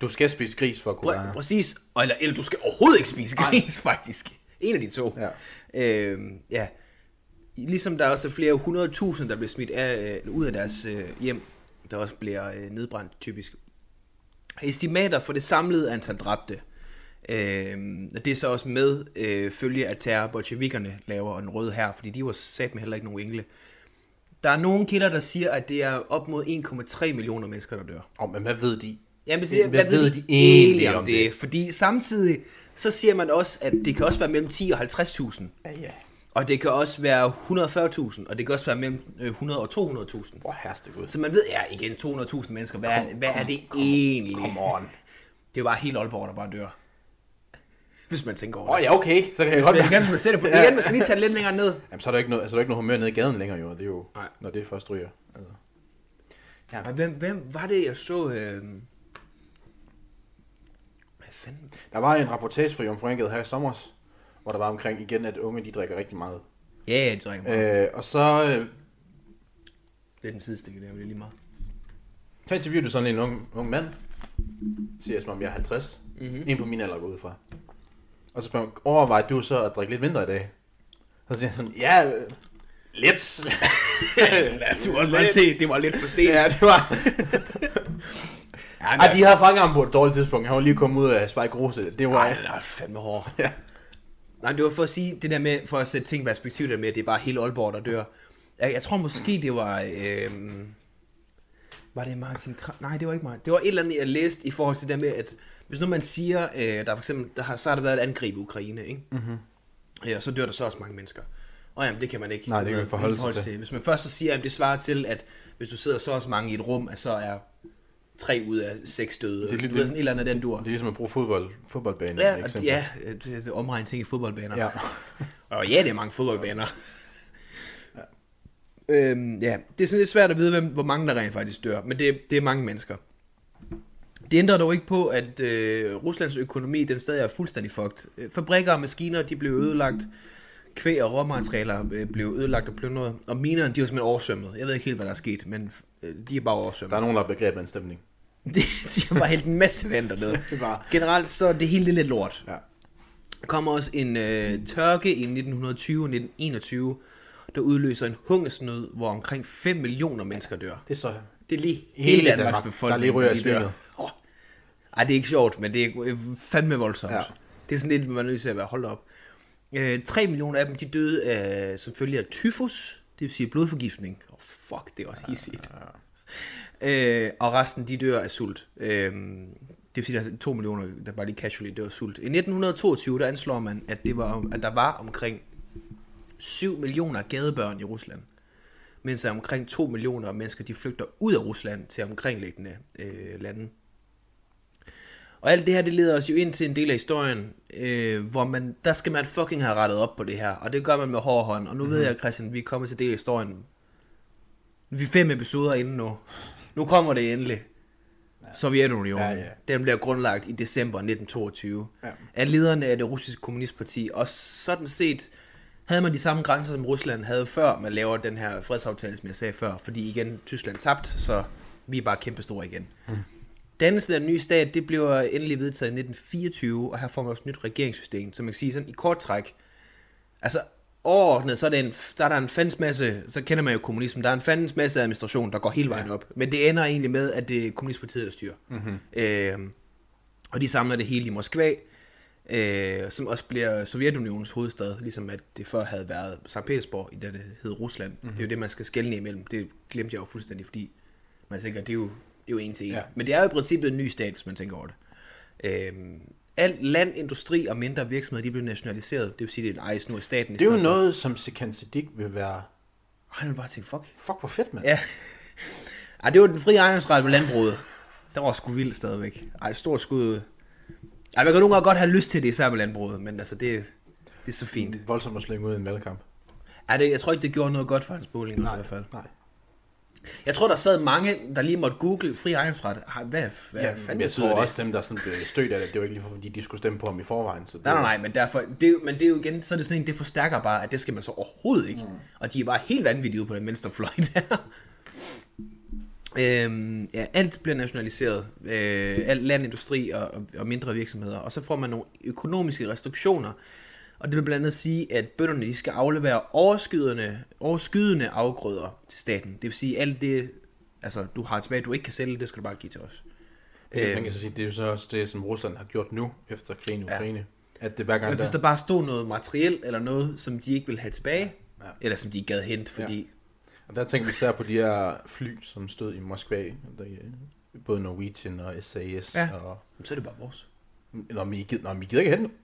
B: Du skal spise gris for at kunne
A: Præ-
B: være.
A: Præcis. Og- Eller, eller du skal overhovedet ikke spise gris, faktisk. En af de to.
B: Ja.
A: Øhm, ja. Ligesom der er også flere hundredtusind, der bliver smidt af, øh, ud af deres øh, hjem, der også bliver øh, nedbrændt typisk. Estimater for det samlede antal dræbte, øh, og det er så også med øh, følge af terror, bolsjevikkerne laver, og den røde her, fordi de var sat med heller ikke nogen engle. Der er nogle kilder, der siger, at det er op mod 1,3 millioner mennesker, der dør.
B: Åh, men hvad ved de?
A: Jamen, det,
B: Hvad
A: hvad, hvad
B: ved
A: ved
B: de
A: de
B: egentlig
A: egentlig om
B: om
A: det? Fordi samtidig, så siger man også, at det kan også være mellem 10 og 50.000.
B: Ja, ja.
A: Og det kan også være 140.000, og det kan også være mellem øh, 100 og 200.000.
B: Hvor herste Gud.
A: Så man ved, ja igen, 200.000 mennesker, hvad, kom, hvad er det egentlig?
B: Come on.
A: Det er jo bare helt Aalborg, der bare dør. Hvis man tænker over
B: Åh,
A: det.
B: ja, okay. Så kan jeg godt
A: Men jeg kan hvis man sætter på det igen, man skal lige tage det lidt længere ned.
B: Jamen, så er der ikke noget, altså, der er ikke noget humør nede i gaden længere, jo. Det er jo,
A: Nej.
B: når det først ryger. Altså.
A: Og hvem, hvem var det, jeg så? Øh... Hvad fanden?
B: Der var en rapportage fra Jomfruengade her i sommer, hvor der var omkring igen, at unge de drikker rigtig meget.
A: Ja, det drikker mig. Øh.
B: Øh, og så, øh,
A: Det er den sidestikke der, men det er lige meget.
B: så interviewede du sådan en ung, ung mand, siger jeg, som om jeg er 50, mm-hmm. en på min alder går ud fra. Og så spørger man, overvejer du så at drikke lidt mindre i dag? Så siger han sådan, ja, øh, lidt.
A: Du har også bare se, det var lidt for sent.
B: ja, det var...
A: Ja,
B: Ej, de havde fanget ham på et dårligt tidspunkt. Han var lige kommet ud af Spike Rose. Det var...
A: Nej, den er fandme hård.
B: Ja.
A: Nej, det var for at sige det der med, for at sætte ting i perspektiv der med, at det er bare hele Aalborg, der dør. Jeg, jeg tror måske, det var... Øhm, var det Martin Kram? Nej, det var ikke Martin. Det var et eller andet, jeg læste i forhold til det der med, at hvis nu man siger, øh, der for eksempel, der har, så har der været et angreb i Ukraine, ikke?
B: Mhm.
A: Mm-hmm. Ja, og så dør der så også mange mennesker. Og jamen, det kan man ikke.
B: Nej, det kan man
A: øh,
B: forholde sig til.
A: Hvis man først så siger, at det svarer til, at hvis du sidder så også mange i et rum, at så er tre ud af seks døde.
B: lidt-
A: Det, det, det, sådan et eller andet af den dur.
B: Det er ligesom at bruge fodbold, fodboldbanen.
A: Ja, og, ja det, det omregner ting i fodboldbaner.
B: ja.
A: Og ja, det er mange fodboldbaner. Ja. Øhm, ja, det er sådan lidt svært at vide, hvem, hvor mange der rent faktisk dør, men det, det er mange mennesker. Det ændrer dog ikke på, at øh, Ruslands økonomi den stadig er fuldstændig fucked. Øh, Fabrikker og maskiner de blev ødelagt, kvæg og råmaterialer øh, blev ødelagt og plyndret, og minerne de var simpelthen oversvømmet. Jeg ved ikke helt, hvad der er sket, men øh, de er bare oversvømmet.
B: Der er nogen, der har begreb af en stemning.
A: Det de har bare hældt en masse vand dernede.
B: Det er bare-
A: Generelt så er det hele lidt lort.
B: Ja.
A: Der kommer også en øh, tørke i 1920 og 1921, der udløser en hungersnød, hvor omkring 5 millioner mennesker dør.
B: Det er så...
A: Det er lige
B: Hele
A: hele, hele Danmarks
B: Danmark,
A: Danmark, befolkning,
B: der lige ryger i
A: dør.
B: svinet.
A: Åh. Ej, det er ikke sjovt, men det er øh, fandme voldsomt.
B: Ja.
A: Ja. Det er sådan lidt, man er nødt til at være holdt op. Øh, 3 millioner af dem, de døde af, selvfølgelig af tyfus, det vil sige blodforgiftning. Oh, fuck, det er også hissigt. Øh, og resten, de dør af sult. Øh, det vil sige, der er 2 millioner, der bare lige casually dør af sult. I 1922, der anslår man, at, det var, at der var omkring 7 millioner gadebørn i Rusland. Mens at omkring 2 millioner mennesker, de flygter ud af Rusland til omkringliggende øh, lande. Og alt det her, det leder os jo ind til en del af historien, øh, hvor man, der skal man fucking have rettet op på det her, og det gør man med hård hånd. Og nu mm-hmm. ved jeg, Christian, vi er kommet til del af historien. Vi er fem episoder inden nu. Nu kommer det endelig. Sovjetunionen.
B: Ja,
A: Ja,
B: ja.
A: ja. Den bliver grundlagt i december 1922.
B: Ja.
A: Ja. Af lederne af det russiske kommunistparti. Og sådan set havde man de samme grænser, som Rusland havde før man laver den her fredsaftale, som jeg sagde før. Fordi igen, Tyskland tabt, så vi er bare kæmpestore igen. Dannelsen af den nye stat, det blev endelig vedtaget i 1924, og her får man også et nyt regeringssystem, så man kan sige sådan i kort træk. Altså, overordnet, så er, det en, så er der en fandens masse, så kender man jo kommunismen, der er en fandens masse administration, der går hele vejen op. Men det ender egentlig med, at det er kommunistpartiet, der styrer. Mm-hmm. Øh, og de samler det hele i Moskva, øh, som også bliver Sovjetunionens hovedstad, ligesom at det før havde været St. Petersborg, i det, det hed Rusland. Mm-hmm. Det er jo det, man skal skelne imellem. Det glemte jeg jo fuldstændig, fordi man tænker, det er jo, det er jo en til en. Ja.
B: Ja.
A: Men det er jo i princippet en ny stat, hvis man tænker over det. Øhm, alt land, industri og mindre virksomheder, de blev nationaliseret. Det vil sige, det ejes nu af staten. i
B: Det er jo
A: stedet for.
B: noget, som Sekan Siddiq vil være...
A: Og han ville bare tænke, fuck.
B: Fuck, hvor fedt, mand.
A: Ja. Ej, det var den frie ejendomsret på landbruget. Det var sgu vildt stadigvæk. Ej, stort skud. Ej, man kan nogle gange godt have lyst til det, især på landbruget, men altså, det, det er så fint.
B: Voldsomt at slynge ud i en valgkamp.
A: Ej, det, jeg tror ikke, det gjorde noget godt for hans bowling i hvert fald.
B: Nej.
A: Jeg tror, der sad mange, der lige måtte google fri ejendomsret. Ej, hvad, hvad
B: Ja,
A: ja,
B: men
A: fanden
B: Øhm, jeg
A: betyder
B: tror
A: det?
B: også, dem, der sådan blev stødt af det, det var ikke lige fordi, de skulle stemme på ham i forvejen. Så det,
A: Nej, nej, nej, men, derfor, det er, jo- men det er jo igen, så er det sådan en, det forstærker bare, at det skal man så overhovedet ikke. Mm. Og de er bare helt vanvittige ude på den venstre fløj der. Øhm, ja, alt bliver nationaliseret. Øh, alt land, industri og, og, og mindre virksomheder. Og så får man nogle økonomiske restriktioner. Og det vil blandt andet sige, at bønderne de skal aflevere overskydende, overskydende afgrøder til staten. Det vil sige, alt det, altså, du har tilbage, du ikke kan sælge, det skal du bare give til os. Øh,
B: Man kan så sige, det er jo så også det, som Rusland har gjort nu, efter krigen i
A: Øhm. Ja.
B: Ukraine. Ja. At det hver gang,
A: Men hvis der bare stod noget materiel eller noget, som de ikke ville have tilbage, ja.
B: Ja.
A: eller som de ikke gad hente, fordi...
B: Og der tænker vi især på de her fly, som stod i Moskva. Der, både Norwegian og SAS.
A: Ja.
B: Ja. Og,
A: Ja. Så er det bare vores.
B: Nå, men I gider, nå, men I gider ikke hente dem.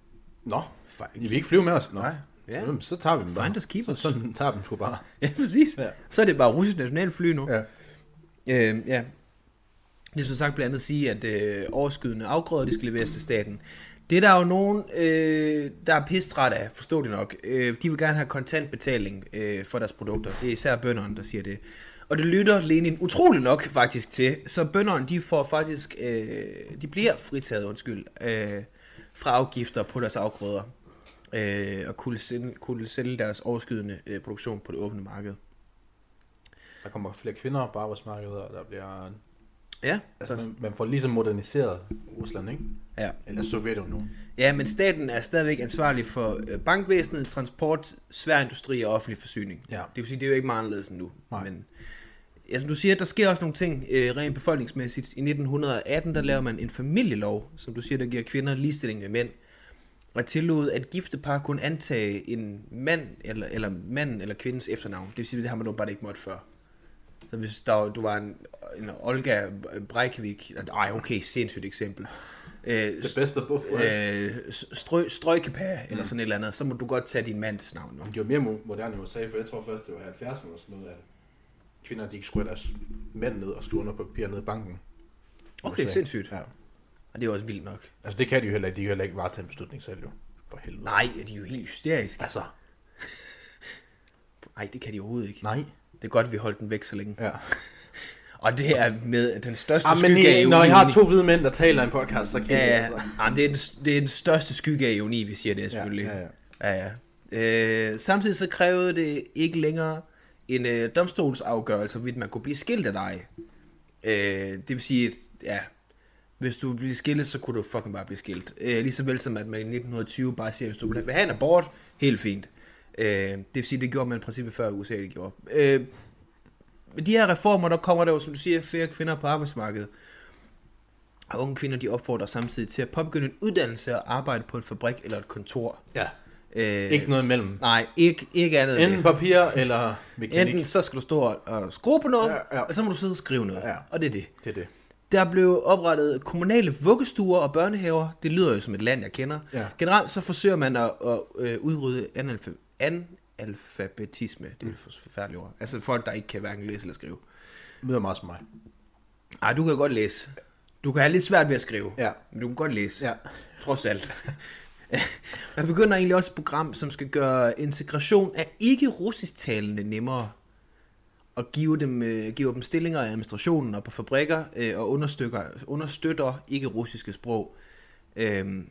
B: Nå,
A: Fuck.
B: I vil ikke flyve med os? Nå.
A: Nej.
B: Ja.
A: Ja.
B: Så, så tager vi dem bare.
A: Finders keepers.
B: Så, sådan tager vi dem sgu bare.
A: Ja, præcis. Ja.
B: Ja.
A: Så er det bare russisk nationalfly nu.
B: Ja.
A: Øh, ja. Det er som sagt blandt andet at sige, at øh, overskydende afgrøder, de skal leveres til staten. Det er der jo nogen, øh, der er pistret af, forstår det nok. Øh, de vil gerne have kontantbetaling øh, for deres produkter. Det er især bønderne, der siger det. Og det lytter Lenin utrolig nok faktisk til. Så bønderne, de får faktisk, øh, de bliver fritaget, undskyld, øh, fra afgifter på deres afgrøder. Øh, og kunne sælge, kunne sælge deres overskydende øh, produktion på det åbne marked.
B: Der kommer flere kvinder på arbejdsmarkedet, og der bliver...
A: Ja,
B: Altså, man, man får ligesom moderniseret Rusland, ikke?
A: ja.
B: Eller Sovjetunionen.
A: Ja, men staten er stadigvæk ansvarlig for øh, bankvæsenet, transport, svær industri og offentlig forsyning.
B: Ja.
A: Det vil sige, det er jo ikke meget anderledes end nu.
B: Nej.
A: Men, ja, som du siger, der sker også nogle ting øh, rent befolkningsmæssigt. I 1918, der laver man en familielov, som du siger, der giver kvinder ligestilling med mænd. Og tillod, at gifte par kunne antage en mand eller, eller manden eller kvindens efternavn. Det vil sige, det har man nu bare ikke måttet før. Så hvis der, var- du var en, en Olga Breikvik, ej okay, sindssygt eksempel. Øh,
B: Det bedste på
A: øh, strø, strøgekæpa,
B: Mm.
A: eller sådan et eller andet, så må du godt tage din mands navn. Nu.
B: De var mere mo- moderne i USA, for jeg tror først, det var 70'erne og sådan noget, at kvinder de ikke skulle have deres mænd ned og skrive under på papir nede i banken.
A: Okay,
B: USA.
A: sindssygt.
B: Ja.
A: Og det er også vildt nok.
B: Altså det kan de jo heller ikke. De kan heller ikke varetage en beslutning selv jo. For helvede.
A: Nej, de er jo helt hysteriske.
B: Altså,
A: Nej, det kan de overhovedet ikke.
B: nej.
A: Det er godt, vi holdt den væk så længe.
B: Ja.
A: Og det er med den største
B: Ah, men
A: skygge af
B: I, når
A: ironi.
B: I har to hvide mænd, der taler i en podcast, så kan I
A: Ja, ja.
B: altså.
A: Jamen, det, er den, det er den største skygge af ironi, vi siger det, selvfølgelig.
B: Ja, ja,
A: ja. ja. Øh, samtidig så krævede det ikke længere en øh, domstolsafgørelse, hvorvidt man kunne blive skilt af dig. Øh, det vil sige, at ja, hvis du bliver skilt, så kunne du fucking bare blive skilt. Øh, lige så vel som at man i 1920 bare siger, hvis du vil have en abort, helt fint. Øh, det vil sige, det gjorde man i princippet før i USA, det gjorde. Øh, med de her reformer, der kommer der jo, som du siger, flere kvinder på arbejdsmarkedet. Og unge kvinder, de opfordrer samtidig til at påbegynde en uddannelse og arbejde på en fabrik eller et kontor.
B: ja.
A: Øh,
B: Ikke noget imellem.
A: Nej, ikke, ikke andet end det.
B: Enten papir eller mekanik.
A: Enten så skal du stå og- og skrue på noget, ja,
B: Ja,
A: ja.
B: ja.
A: og så må du sidde og skrive noget.
B: Ja.
A: Og det er det.
B: Det er det.
A: Der blev oprettet kommunale vuggestuer og børnehaver. Det lyder jo som et land, jeg kender.
B: Ja.
A: Generelt så forsøger man at, at øh, udrydde analfa analfabetisme. Det er et forfærdeligt ord. Altså folk, der ikke kan hverken læse eller skrive.
B: Møder meget som mig.
A: Ej, du kan godt læse. Du kan have lidt svært ved at skrive.
B: Ja.
A: Men du kan godt læse.
B: Ja.
A: Trods alt. Man begynder egentlig også et program, som skal gøre integration af ikke-russisktalende nemmere. Og give dem, øh, give dem stillinger i administrationen og på fabrikker øh, og understøtter, understøtter ikke-russiske sprog. Øhm.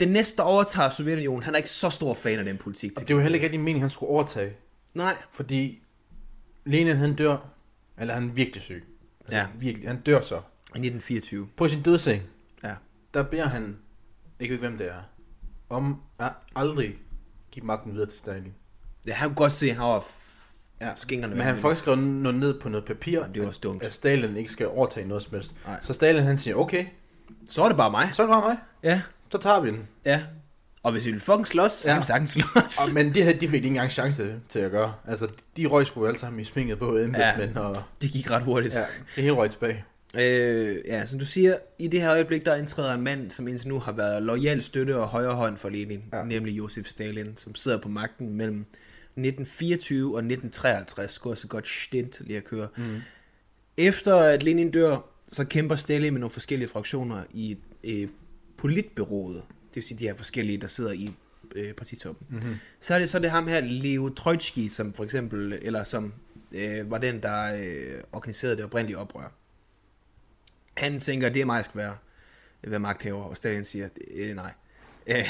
A: Den næste, der overtager Sovjetunionen, han er ikke så stor fan af den politik.
B: Og det var heller ikke rigtig meningen, han skulle overtage.
A: Nej.
B: Fordi Lenin han dør, eller han er virkelig syg. Altså,
A: Ja.
B: Virkelig, han dør så.
A: I 1924.
B: På sin dødseng,
A: Ja.
B: der beder han, ikke ved hvem det er, om at aldrig give magten videre til Stalin.
A: Ja, han kunne godt se, at han var f-
B: Ja.
A: skingerne.
B: Men han får ikke skrevet noget ned på noget papir,
A: Jamen, det er også dumt.
B: at Stalin ikke skal overtage noget som helst.
A: Nej.
B: Så Stalin han siger, okay,
A: Så er det bare mig.
B: så er det bare mig,
A: Ja,
B: så tager vi den.
A: ja. Og hvis vi vil fucking slås, så
B: Ja.
A: kan vi sagtens slås.
B: Og, men det her, de fik ikke engang chance til at gøre. Altså, de røg sgu alle sammen i sminget på embedsmænd, ja. og
A: Det gik ret hurtigt.
B: ja, det hele røg tilbage.
A: Øh, ja, som du siger, i det her øjeblik, der indtræder en mand, som indtil nu har været lojal støtte og højre hånd for Lenin, ja.
B: Ja.
A: nemlig Josef Stalin, som sidder på magten mellem 1924 og 1953. Skulle også godt stint lige at køre. Mm. Efter at Lenin dør, så kæmper Stalin med nogle forskellige fraktioner i øh, politbyrået, det vil sige de her forskellige, der sidder i øh, partitoppen. Mm-hmm. Så er det så er det ham her, Leo Trotsky, som for eksempel, eller som øh, var den, der øh, organiserede det oprindelige oprør. Han tænker, at det er mig, der skal være, være magthaver, og Stalin siger, øh, nej. Øh,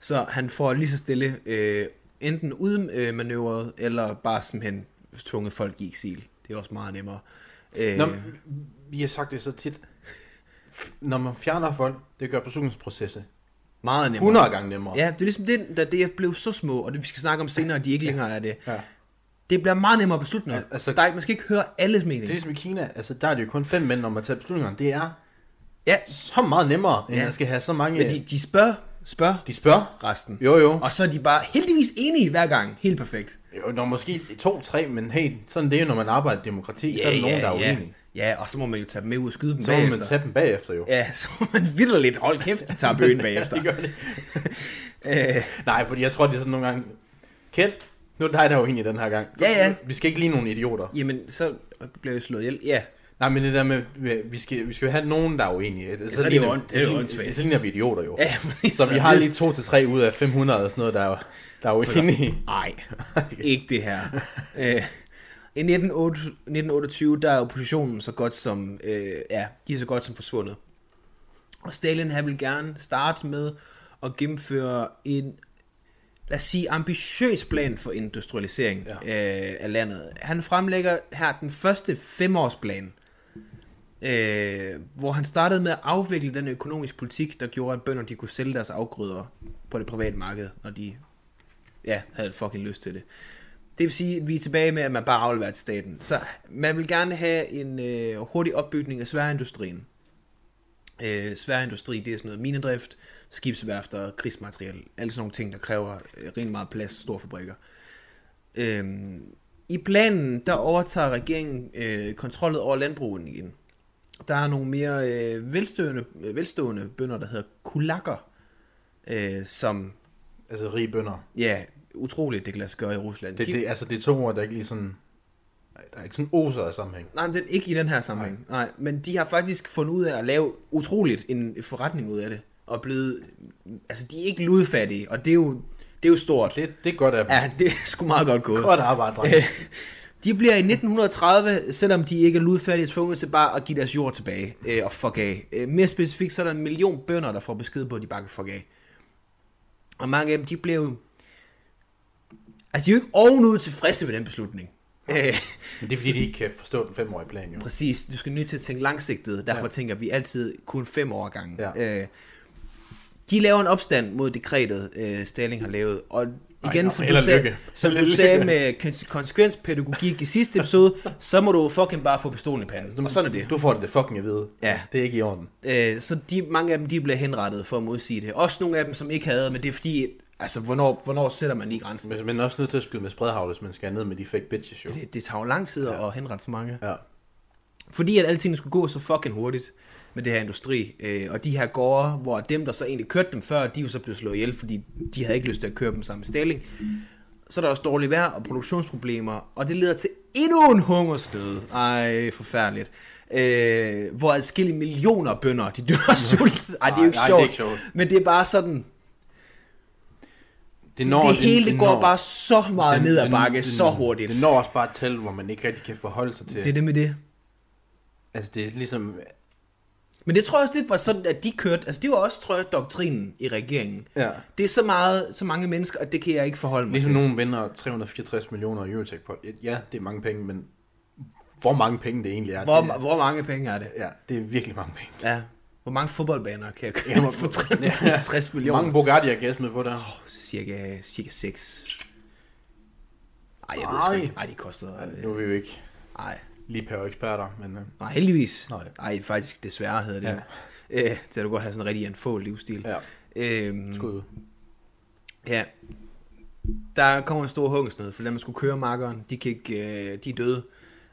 A: så han får lige så stille øh, enten udmanøvret, eller bare simpelthen tvunget folk i eksil. Det er også meget nemmere. Øh,
B: Nå, vi har sagt det så tit. Når man fjerner folk, det gør beslutningsprocessen
A: meget nemmere.
B: 100 gange nemmere.
A: Ja, det er ligesom det, da DF blev så små, og det vi skal snakke om senere, at de ikke længere er det.
B: ja.
A: Det bliver meget nemmere at beslutte noget.
B: Ja, altså-
A: der er, ikke- man skal ikke høre alles
B: Det
A: mening.
B: er ligesom i Kina, altså der er det jo kun fem mænd, når man tager beslutningerne. Det er
A: ja,
B: så meget nemmere, end
A: Ja.
B: ja. man skal have så mange...
A: men de, de spørger, spørger
B: de spørger.
A: resten.
B: Jo, jo.
A: Og så er de bare heldigvis enige hver gang. Helt perfekt.
B: jo når måske to-tre, men hey, sådan det er jo, når man arbejder i demokrati, så er der nogen, der er
A: ja.
B: uenige.
A: Ja, og så må man jo tage dem med ud og skyde dem
B: Så må
A: bagefter.
B: man tage dem bagefter jo.
A: Ja, så må man vildt lidt. Hold kæft, de tager bøgen bagefter.
B: de gør det.
A: Øh,
B: Nej, fordi jeg tror, det er sådan nogle gange... Kjeld, nu er det dig, der er uenig den her gang.
A: Ja, ja.
B: Vi skal ikke lige nogen idioter.
A: jamen, så bliver jeg slået ihjel. Ja,
B: Nej, men det der med, med- vi skal, vi skal have nogen, der er uenige. Altså, Så,
A: det er
B: ligner-
A: jo ondt- det er jo
B: så ligner-
A: åndssvagt.
B: Så ligner vi idioter jo.
A: ja
B: så vi har
A: det-
B: lige to til tre ud af 500 og sådan noget, der er, der er uenige.
A: Nej, ikke det her. Øh, I 1908 1928, der er oppositionen så godt som, øh, ja, de er så godt som forsvundet. Og Stalin han vil gerne starte med at gennemføre en, lad os sige, ambitiøs plan for industrialisering ja.
B: Ja.
A: øh, af landet. Han fremlægger her den første femårsplan, øh, hvor han startede med at afvikle den økonomiske politik, der gjorde, at bønder de kunne sælge deres afgrøder på det private marked, når de ja, havde fucking lyst til det. Det vil sige, at vi er tilbage med, at man bare afleverer til staten. Så man vil gerne have en øh, hurtig opbygning af sværindustrien. Øh, sværindustri, det er sådan noget minedrift, skibsværfter, krigsmateriel, alle sådan nogle ting, der kræver øh, rimelig meget plads, store fabrikker. Øhm, I planen, der overtager regeringen øh, kontrollet over landbrugen igen. Der er nogle mere øh, velstående, øh, velstående bønder, der hedder kulakker, øh, som,
B: Altså rige bønder.
A: ja, utroligt, det kan lade sig gøre i Rusland.
B: Det,
A: De-
B: det, altså, det er to ord, der ikke lige sådan... Der er ikke sådan oser af sammenhæng.
A: Nej, men det er ikke i den her sammenhæng. Nej. Nej, men de har faktisk fundet ud af at lave utroligt en forretning ud af det. Og blevet... Altså, de er ikke ludfattige, og det er jo, det er jo stort.
B: Det, det er godt af dem.
A: Ja, det er sgu meget godt gået.
B: Godt arbejde, dreng.
A: Øh, De bliver i 1930, selvom de ikke er ludfærdige, tvunget til bare at give deres jord tilbage øh, og fuck af. Øh, mere specifikt, så er der en million bønder, der får besked på, at de bare kan fuck af. Og mange af dem, de bliver jo... Altså, de er jo ikke ovenud tilfredse med den beslutning. Øh,
B: Men det er fordi, de ikke kan forstå den femårige plan, jo.
A: Præcis, du skal nødt til at tænke langsigtet, derfor ja.
B: Ja.
A: tænker vi altid kun fem år ad gangen.
B: Ja.
A: Øh, de laver en opstand mod dekretet, øh, Stalin har lavet, og igen,
B: nå,
A: som,
B: held
A: du
B: og
A: sagde,
B: lykke.
A: som
B: Held og
A: du
B: lykke.
A: sagde med kon- konsekvenspædagogik i sidste episode, så må du fucking bare få pistolen i panden, og sådan er det.
B: Du får det fucking at vide.
A: Ja.
B: Det er ikke i orden.
A: Øh, så de, mange af dem, de bliver henrettet for at modsige det. Også nogle af dem, som ikke havde, men det er fordi, altså, hvornår, hvornår sætter man lige grænsen?
B: Men man er også nødt til at skyde med spredhavl, hvis man skal ned med de fake bitches, jo.
A: Det, det tager jo lang tid at henrette så mange.
B: Ja.
A: Fordi at alting skulle gå så fucking hurtigt med det her industri, øh, og de her gårde, hvor dem, der så egentlig kørte dem før, de er jo så blev slået ihjel, fordi de havde ikke lyst til at køre dem sammen med Stalling. Så er der også dårligt vejr og produktionsproblemer, og det leder til endnu en hungersnød. Ej, forfærdeligt. Øh, hvor adskillige millioner bønder, de dør af sult. Ej, det er jo ikke
B: Ej,
A: sjovt.
B: nej, det er ikke sjovt.
A: Men det er bare sådan,
B: Det,
A: Nå, det hele det går
B: når-
A: bare så meget
B: den-
A: ned ad
B: den-
A: bakke,
B: den-
A: så hurtigt.
B: Det når også bare et tal, hvor man ikke rigtig kan forholde sig til.
A: Det er det med det.
B: Altså, det er ligesom...
A: Men det tror jeg også lidt var sådan, at de kørte, altså det var også, tror jeg, doktrinen i regeringen.
B: Ja.
A: Det er så meget, så mange mennesker, og det kan jeg ikke forholde mig
B: Ligesom
A: til.
B: nogen vinder 364 millioner i Eurotech på. Ja, det er mange penge, men hvor mange penge det egentlig er.
A: Hvor,
B: det,
A: hvor mange penge er det?
B: ja, det er virkelig mange penge.
A: Ja. Hvor mange fodboldbaner kan jeg købe
B: Ja, hvor-
A: for 60 millioner?
B: Mange Bugatti, jeg med på der.
A: Cirka, cirka 6. Ej, jeg ved
B: Ej.
A: sgu ikke. Ej, de koster...
B: Nu
A: øh,
B: er vi jo ikke
A: Ej,
B: lige per eksperter, men... Øh,
A: nej, heldigvis.
B: Nej.
A: Ej, faktisk desværre hedder det.
B: Ja.
A: Ja. Øh, det er du godt have sådan en rigtig anfå livsstil.
B: ja,
A: Øhm,
B: skud ud.
A: Ja. Der kommer en stor hungersnød, for da man skulle køre markeren, de, kan ikke, øh, de er døde.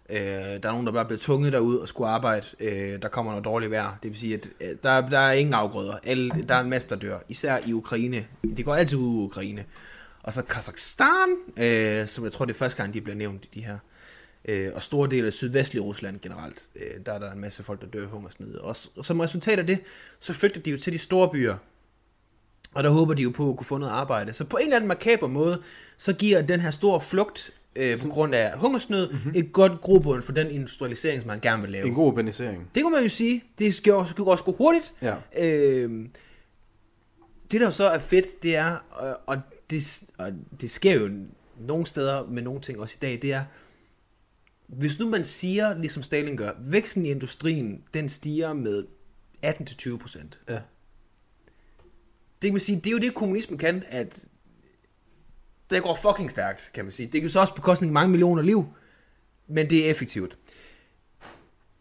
A: Øh, der er nogen, der bare bliver tvunget derud og skulle arbejde. Øh, der kommer noget dårligt vejr. Det vil sige, at øh, der, der er ingen afgrøder. Alle, der er en masse, der dør. Især i Ukraine. Det går altid ud i Ukraine. Og så Kazakhstan, øh, som jeg tror, det er første gang, de bliver nævnt i de her. Øh, og store dele af sydvestlige Rusland generelt, øh, der er der en masse folk, der dør af hungersnød. Og, s- og som resultat af det, så flygter de jo til de store byer. Og der håber de jo på at kunne få noget arbejde. Så på en eller anden makaber måde, så giver den her store flugt øh, på grund af hungersnød mm-hmm. et godt grobund for den industrialisering, som man gerne vil lave.
B: Mhm. En god urbanisering.
A: Det kunne man jo sige, det skal jo skal jo også gå hurtigt.
B: Ja.
A: Øhm, det der jo så er fedt, det er, og, og, det, og det sker jo nogle steder med nogle ting også i dag, det er, hvis nu man siger, ligesom Stalin gør, væksten i industrien, den stiger med 18-20 procent.
B: Ja.
A: Det kan man sige, det er jo det, kommunismen kan, at det går fucking stærkt, kan man sige. Det kan jo så også bekostning af mange millioner liv, men det er effektivt.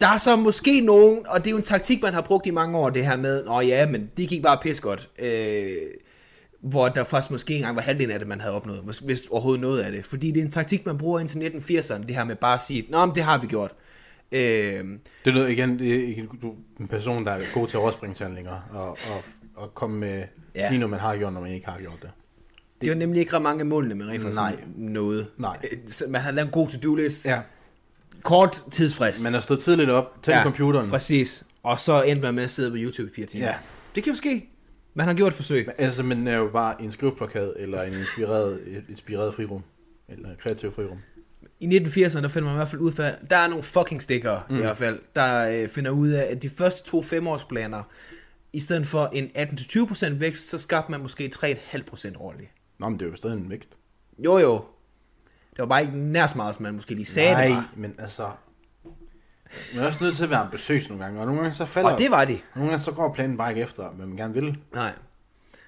A: Der er så måske nogen, og det er jo en taktik, man har brugt i mange år, det her med, nå ja, men de gik bare pis godt. Øh, hvor der faktisk måske ikke engang var halvdelen af det, man havde opnået, hvis- hvis overhovedet noget af det. Fordi det er en taktik, man bruger indtil 1980'erne, det her med bare at sige, nå, men det har vi gjort. Øh,
B: Det er noget, igen, det er ikke- du er en person, der er god til at overspringe handlinger, og, og, og komme med,
A: Ja.
B: ja. sige, når man har gjort, når man ikke har gjort det.
A: Det, det var nemlig ikke ret mange af målene, man rent faktisk
B: Nej.
A: nåede.
B: Nej.
A: Øh, så Man har lavet en god to-do-list. Kort tidsfrist.
B: Man har stået tidligt op, tændt ja. computeren.
A: Præcis. Og så endte man med at sidde på YouTube i fire timer.
B: Ja.
A: Det kan jo ske. Man har gjort et forsøg.
B: Men Altså, man er jo bare en skriveblokade, eller en inspireret, et inspireret frirum, eller et kreativt frirum.
A: I 1980'erne, der finder man i hvert fald ud af, der er nogle fucking stikker mm. i hvert fald, der øh, finder ud af, at de første to femårsplaner, i stedet for en 18-20% vækst, så skabte man måske 3,5% årligt.
B: Nå, men det er jo stadig en vækst.
A: Jo jo. Det var bare ikke nær så meget, som man måske lige sagde
B: Nej,
A: det var.
B: men altså... Man er også nødt til at være ambitiøs nogle gange, og nogle gange så falder...
A: Og det var det.
B: Nogle gange så går planen bare ikke efter, hvad man gerne vil.
A: Nej.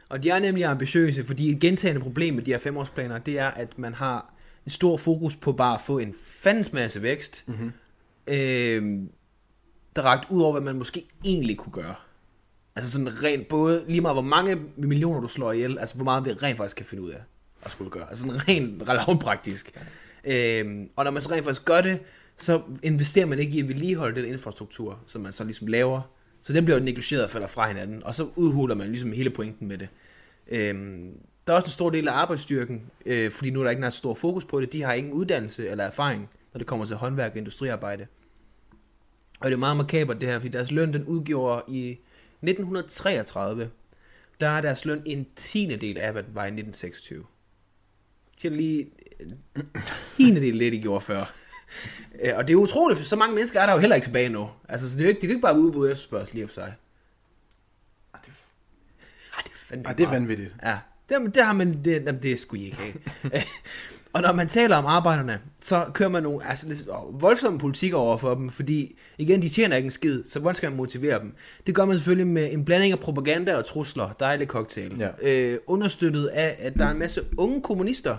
A: Og de er nemlig ambitiøse, fordi et gentagende problem med de her femårsplaner, det er, at man har en stor fokus på bare at få en fandens masse vækst, mm-hmm. øh, der ragt ud over, hvad man måske egentlig kunne gøre. Altså sådan rent både, lige meget hvor mange millioner du slår ihjel, altså hvor meget vi rent faktisk kan finde ud af at skulle gøre. Altså sådan rent lavpraktisk. Øhm, og når man så rent faktisk gør det, så investerer man ikke i at vedligeholde den infrastruktur, som man så ligesom laver. Så den bliver jo negligeret og falder fra hinanden, og så udhuler man ligesom hele pointen med det. Øhm, der er også en stor del af arbejdsstyrken, øh, fordi nu er der ikke nær så stor fokus på det. De har ingen uddannelse eller erfaring, når det kommer til håndværk og industriarbejde. Og det er meget makabert det her, fordi deres løn den udgjorde i 1933, der er deres løn en tiende del af, hvad den var i 1926. Så er det lige en tiende del af det, de gjorde før. Øh, og det er utroligt, for så mange mennesker er der jo heller ikke tilbage nu. Altså, så det er jo ikke, det kan ikke bare være udbud og efterspørgsel lige for sig. Ej, det, ej, det er fandme
B: Ej, det er
A: meget.
B: vanvittigt.
A: Ja, det, det har man, det, jamen, det skulle I ikke have. og når man taler om arbejderne, så kører man nogle altså, lidt voldsomme politik over for dem, fordi igen, de tjener ikke en skid, så hvordan skal man motivere dem? Det gør man selvfølgelig med en blanding af propaganda og trusler, dejlig cocktail. Ja. Øh, understøttet af, at der er en masse unge kommunister,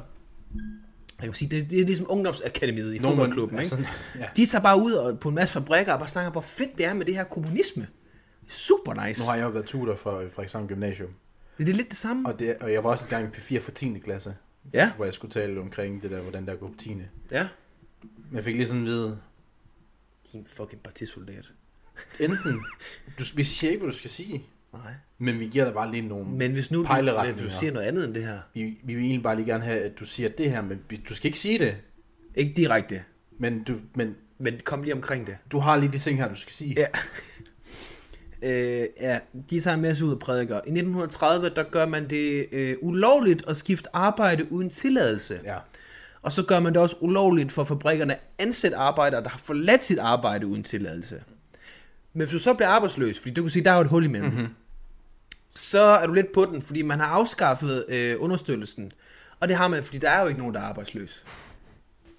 A: jeg kan sige, det, det er ligesom ungdomsakademiet i
B: Nogle-
A: fodboldklubben, ikke?
B: altså, ja.
A: De tager bare ud og, på en masse fabrikker og bare snakker, hvor fedt det er med det her kommunisme. Super nice.
B: Nu har jeg jo været tutor for Frederikshavn Gymnasium,
A: Det er lidt det samme.
B: og, det, og jeg var også engang i P4 for 10. klasse,
A: Ja,
B: hvor jeg skulle tale omkring det der, hvordan der går på 10. Men
A: ja.
B: jeg fik lige sådan at vide,
A: Din fucking partisoldat.
B: enten, du, vi siger ikke, hvad du skal sige,
A: Nej.
B: men vi giver dig bare lige nogle...
A: Men hvis nu du,
B: Pejleretninger.
A: hvis du siger noget andet end det her,
B: Vi, vi vil egentlig bare lige gerne have, at du siger det her, men vi- du skal ikke sige det.
A: ikke direkte,
B: Men du, men
A: men kom lige omkring det.
B: du har lige de ting her, du skal sige.
A: Ja. Øh, ja, de tager en masse ud og prædiker. I 1930, der gør man det øh, ulovligt at skifte arbejde uden tilladelse.
B: ja.
A: Og så gør man det også ulovligt for fabrikkerne at ansætte arbejdere, der har forladt sit arbejde uden tilladelse. Men hvis du så bliver arbejdsløs, fordi du kan sige, der er jo et hul imellem,
B: Mhm.
A: mm-hmm. så er du lidt på den, fordi man har afskaffet øh, understøttelsen. Og det har man, fordi der er jo ikke nogen, der er arbejdsløs.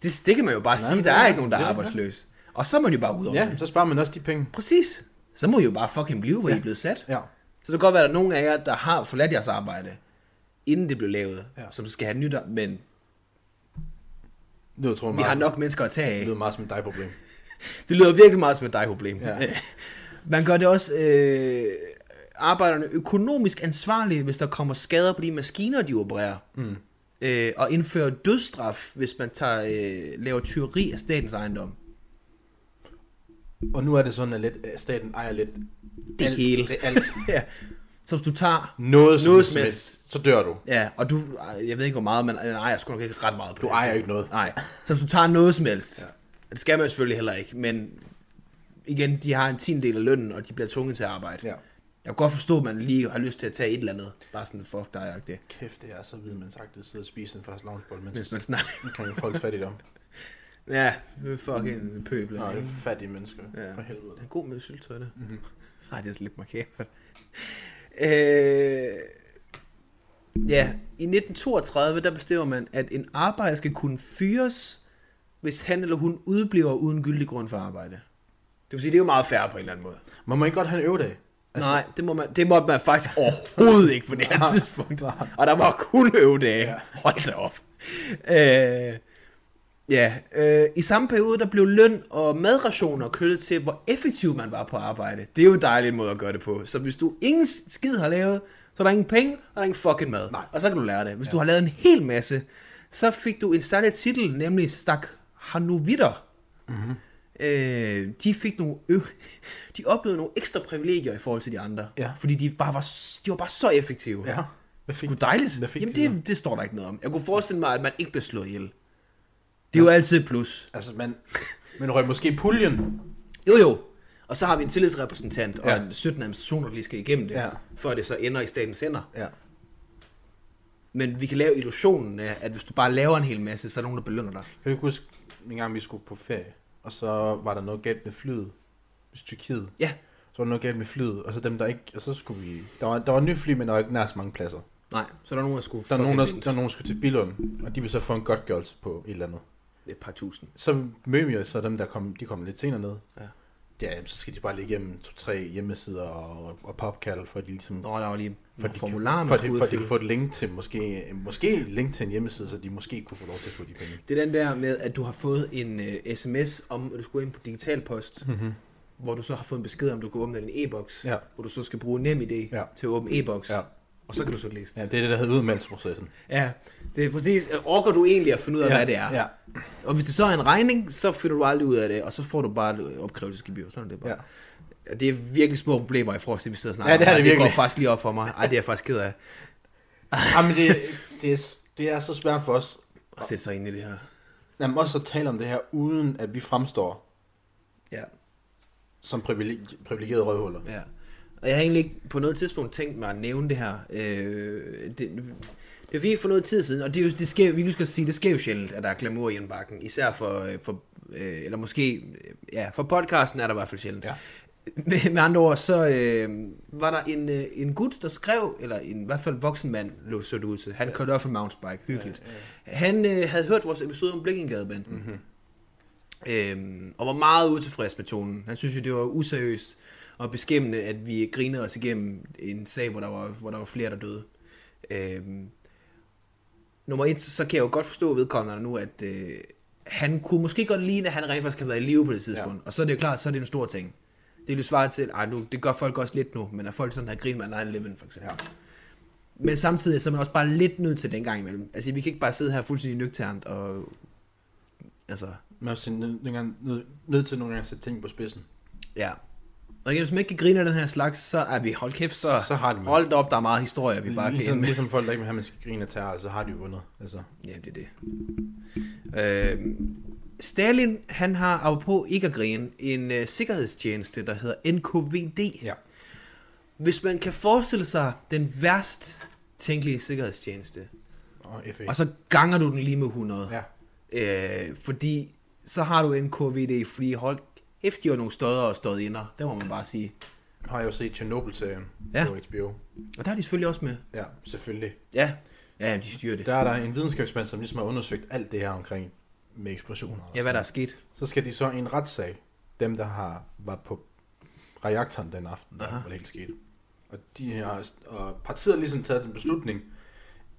A: Det, det kan man jo bare Nej, sige,
B: men
A: der
B: det
A: er
B: er-
A: ikke nogen, der
B: det
A: er
B: er det.
A: arbejdsløs. Og så er man jo bare ud over det.
B: ja, så sparer man også de penge.
A: Præcis. så må I jo bare fucking blive, hvor ja. I er blevet sat.
B: Ja.
A: Så det kan godt være, at der er nogen af jer, der har forladt jeres arbejde, inden det blev lavet,
B: Ja.
A: ja. som skal have nyt, men
B: Det tror jeg
A: vi
B: meget,
A: har nok mennesker at tage af.
B: Det lyder meget som et dig-problem.
A: Det lyder virkelig meget som et dig-problem.
B: Ja.
A: Ja. Man gør det også øh, arbejderne økonomisk ansvarlige, hvis der kommer skader på de maskiner, de opererer. Mm. Øh, og indfører dødsstraf, hvis man tager, øh, laver tyveri af statens ejendom.
B: Og nu er det sådan, at lidt, at staten ejer lidt
A: Det
B: alt,
A: hele.
B: Det, alt.
A: ja. Så hvis du tager...
B: Noget, som,
A: Noget
B: noget
A: som
B: som helst, så dør du.
A: Ja, og du... ej, Jeg ved ikke, hvor meget, men jeg ejer sgu nok ikke ret meget på
B: Du
A: det.
B: ejer ikke noget.
A: Nej. Så hvis du tager noget som helst...
B: Ja.
A: Ja. Det skal man selvfølgelig heller ikke, men... Igen, de har en tiendel af lønnen, og de bliver tvunget til at arbejde.
B: Ja.
A: Jeg kan godt forstå, at man lige har lyst til at tage et eller andet. Bare sådan, fuck dig, jeg det.
B: Kæft, det er så vidt, man sagt, at sidde og spise en fast loungebolle, mens,
A: Hvis
B: mens
A: man snakker.
B: man kan folk fattigdom.
A: Ja, det er fucking pøbel.
B: Nej,
A: Nej.
B: det er fattige mennesker. Ja.
A: Ja.
B: For helvede.
A: En god med syltøj, det.
B: Mhm.
A: Nej, det er slet markeret. Øh, ja, i 1932, der bestemmer man, at en arbejder skal kunne fyres, hvis han eller hun udbliver uden gyldig grund for arbejde. Det vil sige, det er jo meget færre på en eller anden måde.
B: Man må ikke godt have en øvedag.
A: Altså, Nej, det, må man, det måtte man faktisk overhovedet ikke på det her tidspunkt. Og der var kun øvedage.
B: Ja.
A: Ja. Hold da op. Øh, ja, øh, i samme periode, der blev løn og madrationer knyttet til, hvor effektiv man var på arbejde. Det er jo en dejlig måde at gøre det på. Så hvis du ingen skid har lavet, så er der ingen penge, og der er ingen fucking mad.
B: Nej.
A: Og så kan du lære det. Hvis ja. du har lavet en hel masse, så fik du en særlig titel, nemlig Stak Hanovitter. Mm-hmm. Øh, de fik nogle ø- de oplevede nogle ekstra privilegier i forhold til de andre,
B: Ja.
A: fordi de bare var s- de var bare så effektive.
B: Ja. Hvad fik
A: Gud dejligt.
B: Hvad fik
A: Jamen
B: de
A: det, det står der ikke noget om. Jeg kunne forestille mig at man ikke blev slået ihjel. Det er jo altid et plus.
B: Altså, man, man røg måske i puljen.
A: Jo jo. Og så har vi en tillidsrepræsentant og
B: Ja.
A: en 17 administrationer, der lige skal igennem det,
B: Ja.
A: før det så ender i statens hænder.
B: Ja.
A: Men vi kan lave illusionen af, at hvis du bare laver en hel masse, så er der nogen, der belønner dig.
B: Kan du ikke huske, en gang vi skulle på ferie, og så var der noget galt med flyet i Tyrkiet.
A: Ja.
B: Så var der noget galt med flyet, og så dem der ikke, og så skulle vi... Der var, der var ny fly, men der var ikke nær så mange pladser.
A: Nej, så er der nogen, der skulle
B: Der er nogen, der, der er
A: der...
B: nogen, der skulle til Billund, og de ville så få en godtgørelse på et eller andet.
A: et par tusind.
B: Så mødte vi jo så dem, der kom, de kom lidt senere ned.
A: Ja.
B: Ja, jamen, så skal de bare lige igennem to-tre hjemmesider og, og popkald, for at de ligesom...
A: Nå, der var lige
B: For
A: for
B: de,
A: formularer,
B: kan,
A: man
B: for,
A: skulle
B: de, for de
A: udfylde.
B: kan få et link til måske, måske et link til en hjemmeside, så de måske kunne få lov til at få de penge.
A: Det er den der med, at du har fået en uh, sms om, at du skulle ind på digital post,
B: Mm-hmm.
A: hvor du så har fået en besked om, at du kan åbne din e-boks,
B: Ja.
A: hvor du så skal bruge nem idé
B: Ja.
A: til at åbne e-boks,
B: Ja.
A: og så kan du så læse det.
B: ja, det er det, der hedder udmeldsprocessen.
A: Ja, det er præcis. Orker du egentlig at finde ud af, ja. hvad det er?
B: Ja,
A: Og hvis det så er en regning, så finder du aldrig ud af det, og så får du bare et opkrævelsesgebyr. Sådan er det bare.
B: ja.
A: Ja. Det er virkelig små problemer i forhold til, at vi sidder og snakker
B: Ja, det er
A: om.
B: det
A: det går
B: virkelig.
A: faktisk lige op for mig. Ej, det er jeg faktisk ked af
B: Jamen, det, det, er, det er så svært for os.
A: at sætte sig ind i det her.
B: Jamen, også at tale om det her, uden at vi fremstår
A: Ja.
B: som privile- privilegerede røvhuller.
A: Ja. Og jeg har egentlig ikke på noget tidspunkt tænkt mig at nævne det her. Øh, det, det er fordi for noget tid siden, og det, er jo, det sker, vi nu skal sige, det sker jo sjældent, at der er glamour i indbakken. Især for, øh, for øh, eller måske, øh, ja, for podcasten er der i hvert fald sjældent.
B: Ja.
A: Med, med andre ord, så øh, var der en, øh, en gut, der skrev, eller en, i hvert fald voksen mand, lå så det ud til. Han kørte op en mountainbike, hyggeligt. Han øh, havde hørt vores episode om Blikkengadebanden. Mm-hmm. Øhm, og var meget utilfreds med tonen. Han synes jo, det var useriøst og beskæmmende, at vi grinede os igennem en sag, hvor der var, hvor der var flere, der døde. Øhm, nummer et, så kan jeg jo godt forstå vedkommende nu, at øh, han kunne måske godt ligne, at han rent faktisk har været i live på det tidspunkt. Ja. Og så er det jo klart, så er det en stor ting. Det er jo svaret til, at nu, det gør folk også lidt nu, men at folk sådan har grinet med 9-11 for eksempel. Ja. Men samtidig så er man også bare lidt nødt til den gang imellem. Altså, vi kan ikke bare sidde her fuldstændig nøgternt og... Altså,
B: Man er også nødt nød, nød til nogle gange at sætte ting på spidsen.
A: ja. Og igen, hvis man ikke kan grine af den her slags, så er vi, hold kæft, så...
B: Så har de dem.
A: Hold da op, der er meget historie, vi bare kan
B: ligesom,
A: ende med.
B: ligesom folk, der ikke vil have, at man skal grine af terror, så har de jo vundet. Altså.
A: Ja, det er det. Øh, Stalin, han har, apropos ikke at grine, en øh, sikkerhedstjeneste, der hedder NKVD.
B: Ja.
A: Hvis man kan forestille sig den værst tænkelige sikkerhedstjeneste,
B: Og FA.
A: og så ganger du den lige med 100,
B: ja.
A: Øh, fordi så har du en KVD, fordi hold kæft, de var nogle støder og stød inder. Det må man bare sige.
B: Har jeg jo set Chernobyl-serien
A: Ja.
B: på HBO.
A: Og der er de selvfølgelig også med.
B: Ja, selvfølgelig.
A: Ja. Ja, jamen, de styrer det.
B: Der er der en videnskabsmand, som ligesom har undersøgt alt det her omkring med eksplosioner.
A: Ja, hvad der er sket.
B: Så skal de så i en retssag, dem der har var på Rajagtan den aften, der, hvor det hele skete. Og de har, og partiet har ligesom taget den beslutning,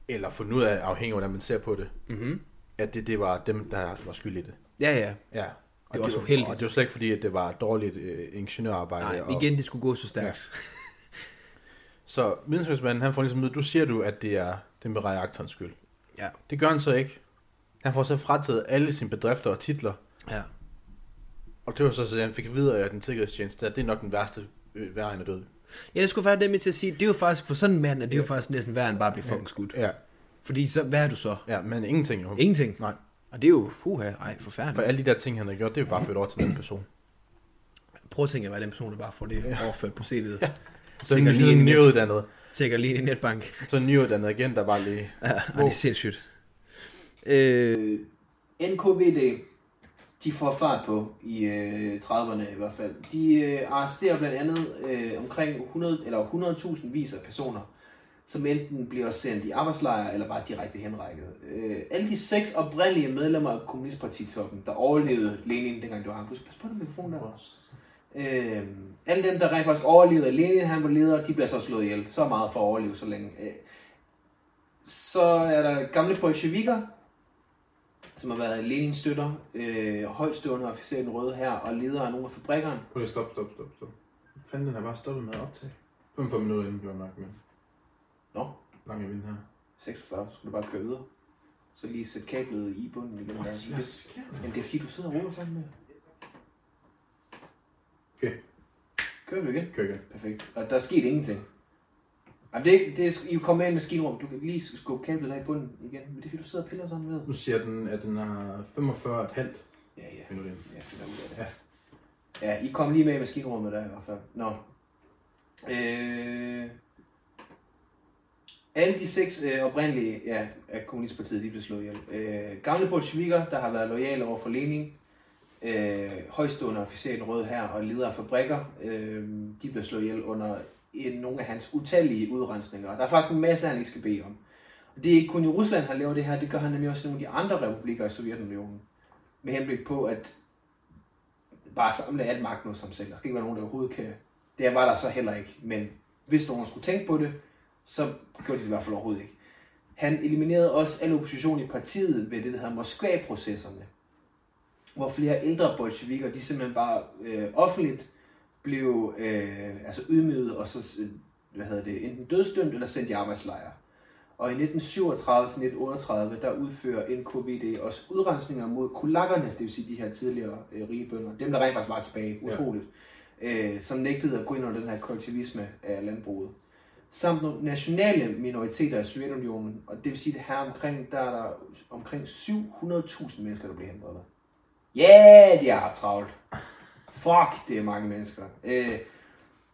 B: eller fundet ud af, afhængig af, hvordan man ser på det,
A: Mm-hmm.
B: at det, det var dem, der var skyld i det.
A: Ja, ja.
B: Ja. Og
A: var også uheldigt.
B: Og det var slet ikke fordi, at det var et dårligt øh, ingeniørarbejde.
A: Nej,
B: og,
A: igen, det skulle gå så stærkt.
B: Så videnskabsmanden, han får ligesom at vide, du siger du, at det er den med reaktorens skyld.
A: Ja.
B: Det gør han så ikke. Han får så frataget alle sine bedrifter og titler.
A: Ja.
B: Og det var så, at han fik videre af den sikkerhedstjeneste, at det er nok den værste øh, værre end at død.
A: Ja, det skulle være det med til at sige, det er jo faktisk, for sådan en mand, at det er jo faktisk næsten værre end bare at blive fucking skudt.
B: Ja,
A: Fordi så, hvad er du så?
B: ja men ingenting jo.
A: Ingenting.
B: Nej.
A: Og det er jo, puha, ej,
B: For
A: forfærdeligt.
B: alle de der ting, han har gjort, det er jo bare ført over til den person.
A: Prøv at tænke at være den person, der bare får det overført på CV'et. Ja.
B: Så en,
A: Sikkert lige
B: en
A: en-
B: nyuddannet.
A: Sikkert lige en netbank.
B: Så en nyuddannet igen, der bare lige...
A: Ja, wow. det er sindssygt. Øh, NKVD, de får fart på i øh, 30'erne i hvert fald. De øh, arresterer blandt andet øh, omkring 100 eller 100.000 vis af personer, som enten bliver sendt i arbejdslejre eller bare direkte henrækket. Øh, alle de seks oprindelige medlemmer af kommunistpartitoppen, der overlevede Lenin dengang det var ham. Du skal passe på den mikrofon der. Øh, alle dem, der rent faktisk overlevede, Lenin han var leder, de bliver så slået ihjel. Så meget for at overleve så længe. Øh, så er der gamle bolsjevikker, som har været Lenins støtter, øh, højtstående officer i den røde her og leder af nogle af fabrikkerne.
B: Prøv lige stop, stop, stop, stop. Fanden, den har bare stoppet med at optage. 5 minutter inden, det var nok, men
A: Nå,
B: langt jeg vil her.
A: 46, skulle du bare køre videre. Så lige sætte kablet i bunden igen.
B: Hvad sker der?
A: Jamen det er fordi, du sidder og ruller sammen med.
B: Okay,
A: Kører du igen?
B: kør igen.
A: Perfekt. Og der er sket ingenting. Jamen det er ikke, det er, I kommer med en maskinrum, du kan lige skubbe kablet der i bunden igen. Men det er fordi, du sidder og piller sådan med.
B: Nu siger den, at den har 45 et halvt
A: Ja, ja.
B: minutter ind.
A: Jeg finder ud af det. Ja. ja, I kom lige med i maskinrummet der i hvert fald. Nå. Øh, alle de seks øh, oprindelige ja, af kommunistpartiet, de blev slået ihjel. Øh, gamle bolsjevikker, der har været lojale over for Lenin, øh, højstående officer i den røde her og leder af fabrikker, øh, de blev slået ihjel under en, nogle af hans utallige udrensninger. Og der er faktisk en masse, han ikke skal bede om. Og det er ikke kun i Rusland, han laver det her, det gør han nemlig også i nogle af de andre republikker i Sovjetunionen med henblik på at bare samle alt magten hos sig selv. Der skal ikke være nogen, der overhovedet kan. Det var der så heller ikke, men hvis nogen skulle tænke på det, så gjorde de det i hvert fald overhovedet ikke. Han eliminerede også al opposition i partiet ved det, der hedder Moskva-processerne, hvor flere ældre bolsjevikker, de simpelthen bare øh, offentligt blev øh, altså ydmyget og så øh, hvad hedder det, enten dødsdømt eller sendt i arbejdslejre. Og i 1937-1938, der udfører NKVD også udrensninger mod kulakkerne, det vil sige de her tidligere øh, rige bønder, dem der rent faktisk var tilbage,
B: Ja.
A: utroligt, øh, som nægtede at gå ind under den her kollektivisme af landbruget. Samt nogle nationale minoriteter i Sovjetunionen, og det vil sige, at her omkring, der er der omkring 700.000 mennesker, der bliver henrettet. Ja, yeah, de har haft travlt. Fuck, det er mange mennesker. Øh,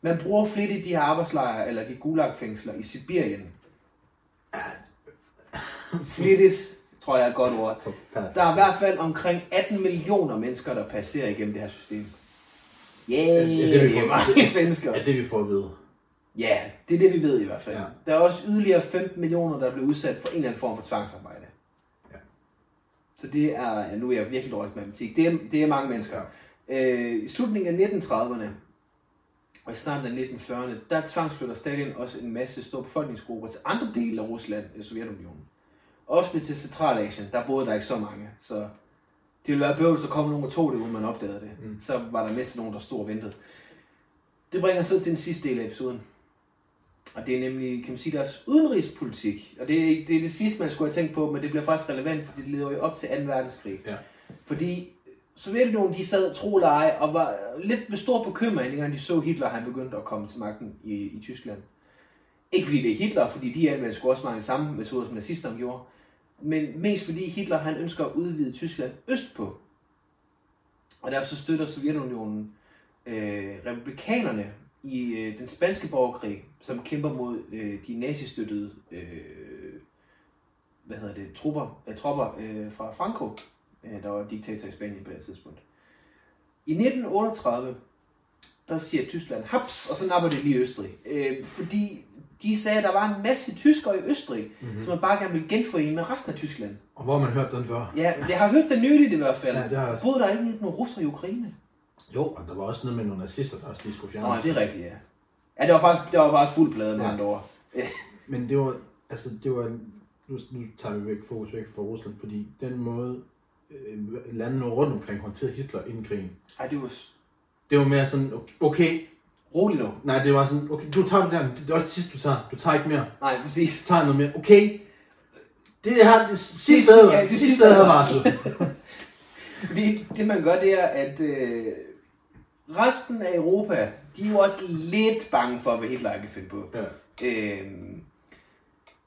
A: man bruger flittigt de her arbejdslejre, eller de gulagfængsler i Sibirien. Flittigt, tror jeg er et godt ord. Der er i hvert fald omkring 18 millioner mennesker, der passerer igennem det her system. Yeah,
B: Ja, det er det, vi får.
A: mange mennesker.
B: Er det, vi får at vide?
A: Ja, det er det, vi ved i hvert fald.
B: Ja.
A: Ja. Der er også yderligere 15 millioner, der blev udsat for en eller anden form for tvangsarbejde.
B: Ja.
A: Så det er, ja, nu er jeg virkelig dårlig til matematik, det er, det er mange mennesker. Øh, I slutningen af 1930'erne og i starten af 1940'erne, der tvangsflytter Stalin også en masse store befolkningsgrupper til andre dele af Rusland, eh, Sovjetunionen. Ofte til Centralasien, der boede der ikke så mange, så det ville være bøvlet, at komme nogen og tog det, uden man opdagede det. Mm. Så var der næsten nogen, der stod og ventede. Det bringer os så til den sidste del af episoden. Og det er nemlig, kan man sige, deres udenrigspolitik. Og det er, ikke, det, er det sidste, man skulle have tænkt på, men det bliver faktisk relevant, fordi det leder jo op til 2. verdenskrig.
B: Ja.
A: Fordi Sovjetunionen, de sad tro eller ej, og var lidt med stor bekymring, dengang de så Hitler, han begyndte at komme til magten i, i Tyskland. Ikke fordi det er Hitler, fordi de anvendte sgu også mange samme metoder, som nazisterne gjorde. Men mest fordi Hitler, han ønsker at udvide Tyskland østpå. Og derfor så støtter Sovjetunionen øh, republikanerne i øh, den spanske borgerkrig, som kæmper mod øh, de nazistøttede øh, hvad hedder det, trupper, øh, tropper øh, fra Franco, øh, der var diktator i Spanien på det her tidspunkt. I 1938, der siger Tyskland haps, og så napper det lige Østrig. Øh, fordi de sagde, at der var en masse tyskere i Østrig, mm-hmm. som man bare gerne ville genforene med resten af Tyskland.
B: Og hvor har man hørt den før?
A: Ja, jeg har hørt det nyligt i hvert fald.
B: Ja, det har jeg også.
A: Både der er ikke nyt med russer i Ukraine.
B: Jo, og der var også noget med nogle nazister, der også lige skulle
A: Nej,
B: fjernes.
A: det er rigtigt, ja. Ja, det var faktisk, det var faktisk fuld plade med
B: Ja.
A: ja. andre ord.
B: Men det var, altså det var, nu, nu tager vi væk fokus væk fra Rusland, fordi den måde, øh, landene rundt omkring håndterede Hitler inden krigen,
A: Ej, det var s-
B: det var mere sådan, okay, okay
A: roligt nu.
B: nej, det var sådan, okay, du tager det der, men det er også det sidste, du tager, du tager ikke mere,
A: Nej, præcis.
B: så tager jeg noget mere, okay, det her, det sidste
A: Sidste-
B: advarsel,
A: ja,
B: ja,
A: det
B: det
A: sidste
B: sidste advarsel.
A: Fordi det, man gør, det er, at øh, resten af Europa, de er jo også lidt bange for, hvad Hitler kan finde på.
B: ja.
A: Øh,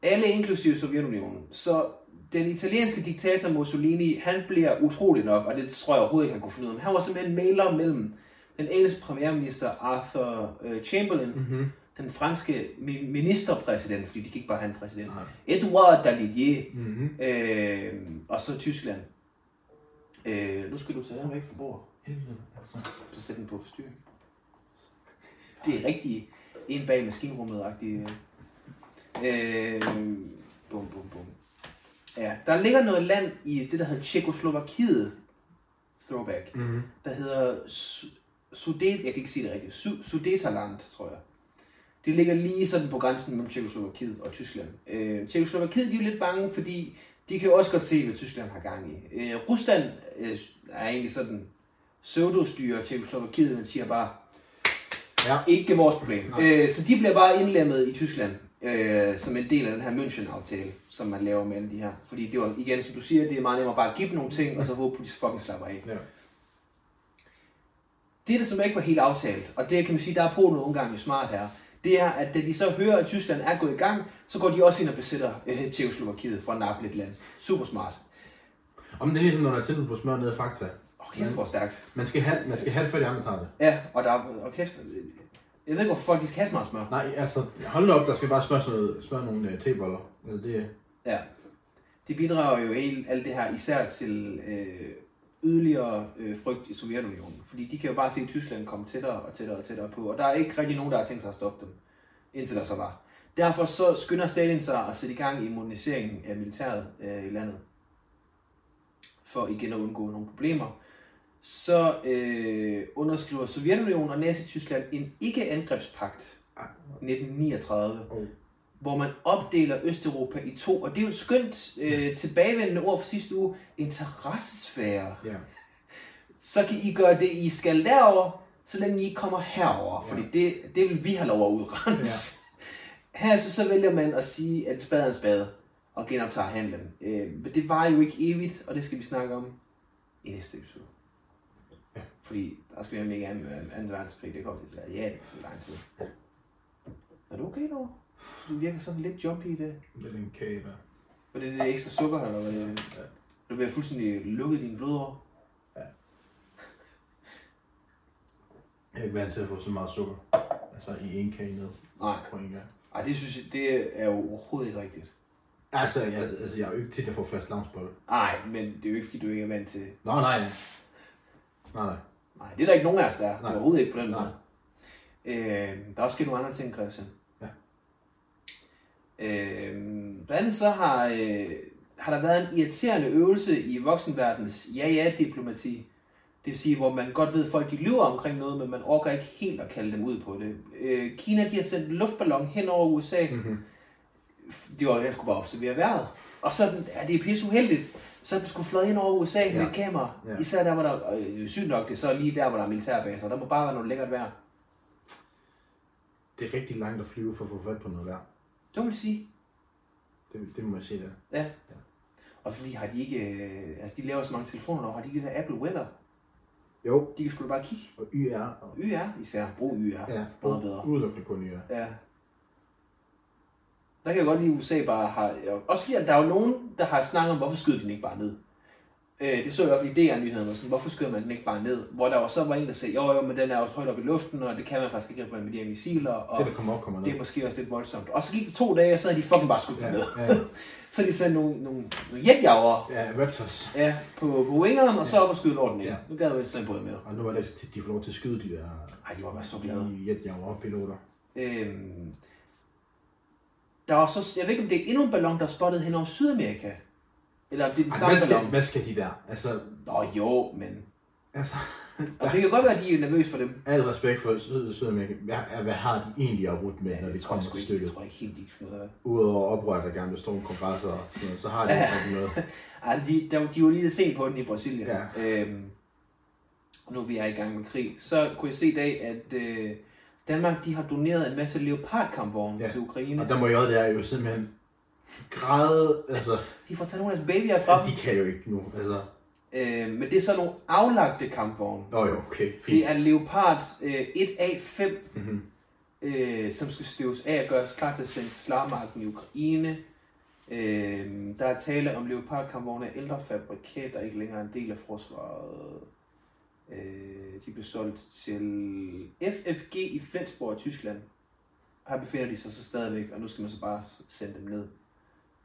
A: alle inklusive Sovjetunionen. Så den italienske diktator Mussolini, han bliver utrolig nok, og det tror jeg overhovedet ikke, han kunne finde ud af, men han var simpelthen mailer mellem den engelske premierminister Arthur øh, Chamberlain, mm-hmm. den franske mi- ministerpræsident, fordi de gik bare have en præsident,
B: Nej.
A: Edouard Daladier,
B: Mm-hmm.
A: øh, og så Tyskland. Øh, nu skal du tage ham væk fra bordet.
B: Helvede, altså.
A: Så sæt den på forstyrring. Det er rigtig en bag maskinrummet-agtig. Øh, bum, bum, bum. Ja, der ligger noget land i det, der hedder Tjekoslovakiet. Throwback.
B: Mm-hmm.
A: Der hedder Su- Sudet... Jeg kan ikke sige det rigtigt. Su- Sudetaland, tror jeg. Det ligger lige sådan på grænsen mellem Tjekoslovakiet og Tyskland. Øh, Tjekoslovakiet de er jo lidt bange, fordi de kan jo også godt se, hvad Tyskland har gang i. Øh, Rusland øh, er egentlig sådan pseudostyrer Tjekoslovakiet, men siger bare,
B: Ja.
A: ikke det er vores problem.
B: Nej.
A: Øh, så de bliver bare indlemmet i Tyskland øh, som en del af den her München-aftale, som man laver med alle de her. Fordi det var, igen, som du siger, det er meget nemmere bare at give dem nogle ting, og så håbe på, at de fucking slapper af.
B: ja.
A: Det, der som ikke var helt aftalt, og det kan man sige, der er Polen nogle gange smart her, det er, at da de så hører, at Tyskland er gået i gang, så går de også ind og besætter øh, Tjekoslovakiet for at nappe lidt land. Super smart.
B: Om det er ligesom, når der er tilbud på smør nede i fakta.
A: Og kæft, hvor stærkt.
B: Man skal have, man skal have det, før de andre tager det.
A: Ja, og der er, og kæft, øh, jeg ved ikke, hvorfor folk de skal have så meget smør.
B: Nej, altså, hold nu op, der skal bare smøres noget, smøre nogle uh, teboller. Altså, det,
A: Ja. Det bidrager jo helt, alt det her især til øh, yderligere øh, frygt i Sovjetunionen. Fordi de kan jo bare se Tyskland komme tættere og tættere og tættere på, og der er ikke rigtig nogen, der har tænkt sig at stoppe dem, indtil der så var. Derfor så skynder Stalin sig at sætte i gang i moderniseringen af militæret øh, i landet, for igen at undgå nogle problemer. Så øh, underskriver Sovjetunionen og Nazi-Tyskland en ikke-angrebspagt 1939,
B: oh.
A: hvor man opdeler Østeuropa i to, og det er jo et skønt øh, tilbagevendende ord fra sidste uge, interessesfære.
B: Ja.
A: Så kan I gøre det, I skal derover, så længe I ikke kommer herover, fordi det, det vil vi have lov at udrense. Ja. Herefter så vælger man at sige, at spade er en spade, og genoptager handlen. Øh, men det var jo ikke evigt, og det skal vi snakke om i næste episode.
B: Ja.
A: Fordi der skal vi nemlig ikke an- anden verdenskrig, det kommer til at ja, det er så lang tid. Er du okay nu? Du virker sådan lidt jumpy i det.
B: Lidt en kage, der.
A: Var det det ekstra sukker, eller hvad? Ja. Du vil have fuldstændig lukket dine blodår.
B: Jeg er ikke vant til at få så meget sukker. Altså, i en kage ned
A: Nej.
B: på en gang.
A: Ej, det synes jeg, det er jo overhovedet ikke rigtigt.
B: Altså, jeg, altså, jeg er jo ikke tit, at få fast lamsbolle.
A: Nej, men det er jo ikke, fordi du ikke er vant til...
B: Nå, nej. Nej, nej.
A: Nej, det er der ikke nogen af os, der er.
B: Nej.
A: Overhovedet ikke på den
B: Nej.
A: måde. Øh, der er også sket nogle andre ting, Christian.
B: Ja.
A: Øh, blandt andet så har, øh, har der været en irriterende øvelse i voksenverdens ja-ja-diplomati. Det vil sige, hvor man godt ved, at folk de lyver omkring noget, men man orker ikke helt at kalde dem ud på det. Øh, Kina de har sendt en luftballon hen over USA.
B: Mhm.
A: Det var, jeg skulle bare observere vejret. Og så er den- ja, det er pisse uheldigt. Så er den skulle fløjet ind over USA ja. med et kamera. Ja.
B: Ja.
A: Især der, hvor der, og øh, sygt nok, det er så lige der, hvor der er militærbaser. Der må bare være noget lækkert vejr.
B: Det er rigtig langt at flyve for at få fat på noget vejr.
A: Det må man sige.
B: Det, det må jeg sige der.
A: Ja. Og fordi har de ikke, øh, altså de laver så mange telefoner, og har de ikke det der Apple Weather?
B: Jo,
A: De kan sgu da bare kigge.
B: og YR. Og,
A: YR især. Brug YR.
B: ja,
A: Meget bedre.
B: udelukkende kun YR.
A: Ja. Der kan jeg godt lide, at USA bare har... og Også fordi, at der er jo nogen, der har snakket om, hvorfor skyder de den ikke bare ned? Øh, det så jeg i hvert fald i DR-nyhederne, var sådan, hvorfor skyder man den ikke bare ned? Hvor der også så var en, der sagde, jo jo, men den er også højt op i luften, og det kan man faktisk ikke gribe med de her missiler, og
B: Det, der kommer op, kommer ned.
A: det er måske også lidt voldsomt. Og så gik det to dage, og så havde de fucking bare skudt den
B: Ja,
A: ned.
B: ja,
A: Så havde de sendt nogle, nogle, nogle jetjager
B: ja, Raptors.
A: ja, på, på wingerne, og så op og skyde lorten igen.
B: Ja.
A: Nu gad jeg jo ikke både med.
B: Og nu er det ikke så tit, de får lov til at skyde de der
A: Ej, de var bare så glade.
B: de jetjager-piloter.
A: Øhm, der var så, jeg ved ikke, om det er endnu en ballon, der er spottet hen over Sydamerika. Eller om det er den
B: Ej,
A: samme
B: Hvad skal,
A: ballon.
B: hvad skal de der? Altså,
A: Nå jo, men
B: Altså,
A: Og det kan godt være, at de er nervøse for dem.
B: al respekt for Syd- Sydamerika. Hvad, hvad har de egentlig at rute med, når det kommer
A: sgu
B: til
A: ikke,
B: stykket?
A: jeg tror ikke helt, de kan finde ud af det.
B: Udover oprør, der gerne vil storme kongresser og sådan noget, så har de
A: Ja.
B: ikke noget.
A: Ej, de, der, de var lige sent på den i Brasilien.
B: Ja.
A: Øhm, og nu vi er i gang med krig, så kunne jeg se i dag, at øh, Danmark de har doneret en masse leopardkampvogne ja.
B: Ja.
A: til Ukraine.
B: Og der må jo der jo simpelthen græde, altså,
A: De får taget nogle af deres babyer fra dem.
B: de kan jo ikke nu, altså.
A: Øh, men det er så nogle aflagte kampvogne.
B: Nå jo, okay, fint.
A: Det er Leopard øh, 1A5,
B: Mhm.
A: øh, som skal støves af og gøres klar til at sende til slagmarken i Ukraine. Øh, der er tale om leopardkampvogne af ældre fabrikat, der ikke længere er en del af forsvaret. Øh, de blev solgt til FFG i Flensborg i Tyskland. Her befinder de sig så stadigvæk, og nu skal man så bare sende dem ned.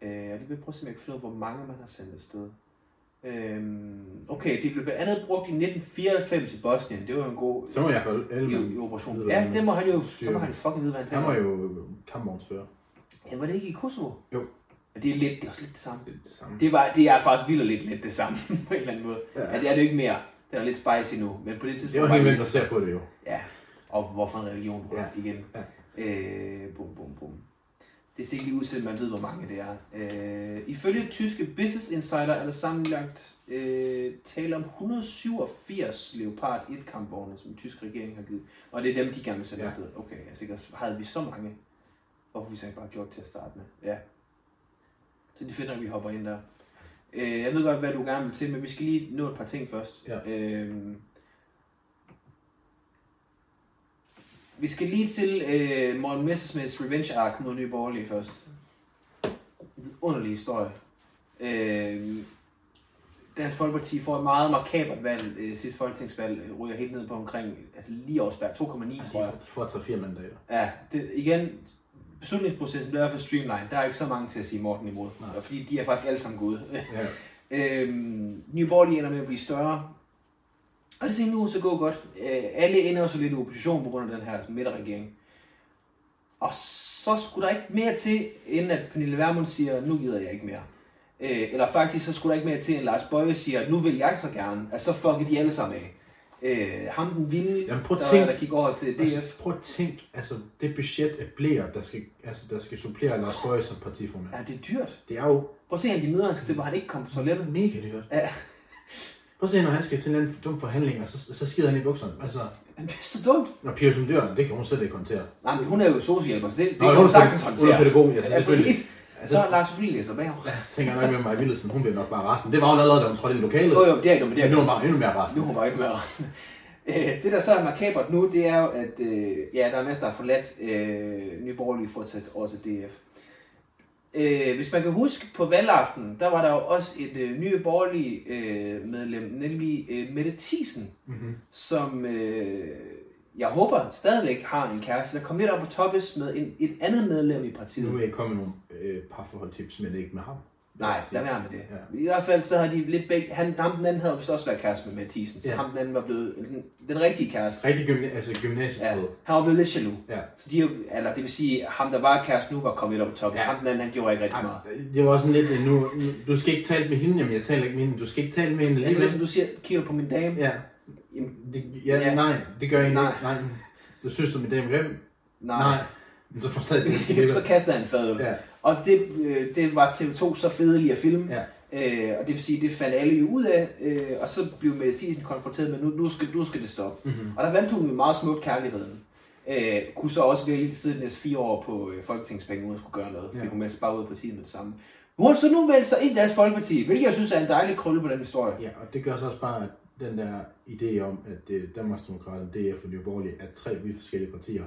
A: Øh, og det vil jeg prøve at se, om jeg kan finde ud af, hvor mange man har sendt afsted. Øhm, okay, det blev blandt andet brugt i 1994 i Bosnien. Det var jo en god
B: Så må jeg holde
A: i, i
B: Ellemann.
A: operation.
B: Ved, hvad
A: ja,
B: han
A: det må han jo. Så
B: styrer.
A: må han fucking vide, hvad han
B: Han
A: taler
B: var
A: om.
B: jo kampvognsfører.
A: Ja, var det ikke i Kosovo?
B: Jo. Mm.
A: Men det er, lidt, det er også lidt det samme.
B: Det er det samme.
A: Det, var, det er faktisk vildt og lidt lidt det samme, på en eller anden måde. Ja.
B: Ja.
A: ja det er det jo ikke mere. Det er lidt spicy nu, men på det tidspunkt...
B: Det var
A: var
B: helt
A: det-
B: vildt at se på det jo.
A: Ja, og hvorfor en religion du ja.
B: Ja.
A: igen.
B: Ja.
A: Øh, bum, bum, bum. Det ser ikke lige ud til, at man ved, hvor mange det er. Øh, ifølge tyske Business Insider er der sammenlagt øh, tale om 187 Leopard 1-kampvogne, som den tyske regering har givet. Og det er dem, de gerne vil sende ja.
B: Ja.
A: afsted. Okay, altså ikke, havde vi så mange? Hvorfor har vi så ikke bare gjort det til at starte med? Ja. Så det er fedt, at vi hopper ind der. Øh, jeg ved godt, hvad du gerne vil til, men vi skal lige nå et par ting først.
B: Ja.
A: Øh, Vi skal lige til øh, Morten Messersmiths Revenge Arc mod Nye Borgerlige først. En underlig historie. Øh, Dansk Folkeparti får et meget markabert valg. Øh, sidste folketingsvalg øh, ryger helt ned på omkring, altså lige over spær, 2,9 tror jeg.
B: De får 3-4 mandater.
A: Ja, det, igen, beslutningsprocessen bliver i hvert fald streamlined. Der er ikke så mange til at sige Morten imod,
B: Nej.
A: Og fordi de er faktisk alle sammen gode.
B: Ja.
A: Øhm, Nye Borgerlige ender med at blive større. Og det ser nu ud til at gå godt. Øh, alle ender jo så lidt i opposition på grund af den her midterregering. Og så skulle der ikke mere til, inden at Pernille Vermund siger, nu gider jeg ikke mere. Øh, eller faktisk, så skulle der ikke mere til, end Lars Bøje siger, nu vil jeg så gerne. Altså, så fucker de alle sammen af. Øh, ham den vilde,
B: Jamen, prøv at
A: der,
B: tænk.
A: der gik over til DF.
B: Altså, prøv at tænke, altså det budget af blæer, der skal, altså, der skal supplere Lars Bøge som partiformand.
A: Ja, det er dyrt.
B: Det er jo
A: Prøv at se, at de møder hans til, hvor han ikke kom på toilettet.
B: mega dyrt.
A: Ja,
B: Prøv at se, når han skal til en eller anden dum forhandling, og så, så skider han i bukserne. Altså,
A: men det er så dumt.
B: når Pia Olsen Dyr, det kan hun slet ikke håndtere.
A: Nej, men hun er jo sociohjælper, så det, det
B: Nå,
A: kan
B: hun
A: hun
B: er
A: sagtens
B: pædagog.
A: håndtere.
B: Hun er pædagog, ja,
A: ja
B: selvfølgelig.
A: præcis.
B: Altså,
A: Så er Lars Friel læser bagover.
B: Så tænker jeg nok med mig, Vildelsen, hun bliver nok bare resten. Det var hun allerede, da hun trådte ind i lokalet.
A: Jo, jo, det er ikke noget, men det er ikke
B: Men nu er hun bare endnu mere resten.
A: Nu er hun bare ikke med resten. Øh, Det, der så er makabert nu, det er jo, at øh, ja, der er masser, der har forladt øh, Nye Borgerlige for at tage over til DF. Øh, hvis man kan huske, på valgaften, der var der jo også et øh, Nye Borgerlige øh, medlem, nemlig øh, Mette Thiesen,
B: Mm-hmm.
A: som øh, jeg håber stadigvæk har en kæreste, der kom lidt op på toppes med en, et andet medlem i partiet.
B: Nu er jeg kommet med nogle øh, parforholdtips, men ikke med ham.
A: Nej, lad være med det. Ja. I hvert fald så har de lidt begge... Han, ham den anden havde vist også været kæreste med Mathisen, så ja.
B: Ja.
A: ham den anden var blevet den, den rigtige kæreste.
B: Rigtig gymna- altså,
A: Ja,
B: gymnasietid.
A: han var blevet lidt jaloux.
B: Ja.
A: Så de, er jo- eller det vil sige, ham der var kæreste nu var kommet lidt op på toppen, ja.
B: Ja.
A: ham den anden han gjorde ikke rigtig meget.
B: ja. Det var sådan lidt, øh, nu, nu, du skal ikke tale med hende, jamen jeg taler ikke med hende. Du skal ikke tale med hende
A: Ja, det er
B: alligevel.
A: ligesom du siger, kigger du på min dame?
B: Ja.
A: Jamen,
B: Det, ja,
A: Ja.
B: ja, nej, det gør jeg egentlig
A: Nej.
B: ikke. Nej. Du synes, du er min dame grim?
A: nej.
B: Nej. Men så forstår jeg det ikke.
A: så kastede han fadet. Ja.
B: Ja.
A: Og det, øh, det var TV2 så fedelig at filme.
B: Ja.
A: Øh, og det vil sige, det fandt alle jo ud af, øh, og så blev Mette Thiesen konfronteret med, nu, nu, skal, nu skal det stoppe. Mm-hmm.
B: Mhm.
A: Og der valgte hun jo meget smukt kærligheden. Øh, kunne så også vælge at sidde de næste fire år på øh, folketingspenge, uden at skulle gøre noget, fordi
B: Ja.
A: hun meldte sig bare ud af partiet med det samme. Nu har hun så nu meldt sig ind i Dansk Folkeparti, hvilket jeg synes er en dejlig krølle på den historie.
B: Ja, og det gør så også bare, at den der idé om, at øh, Danmarksdemokraterne, DF og Nye Borgerlige er tre vidt forskellige partier,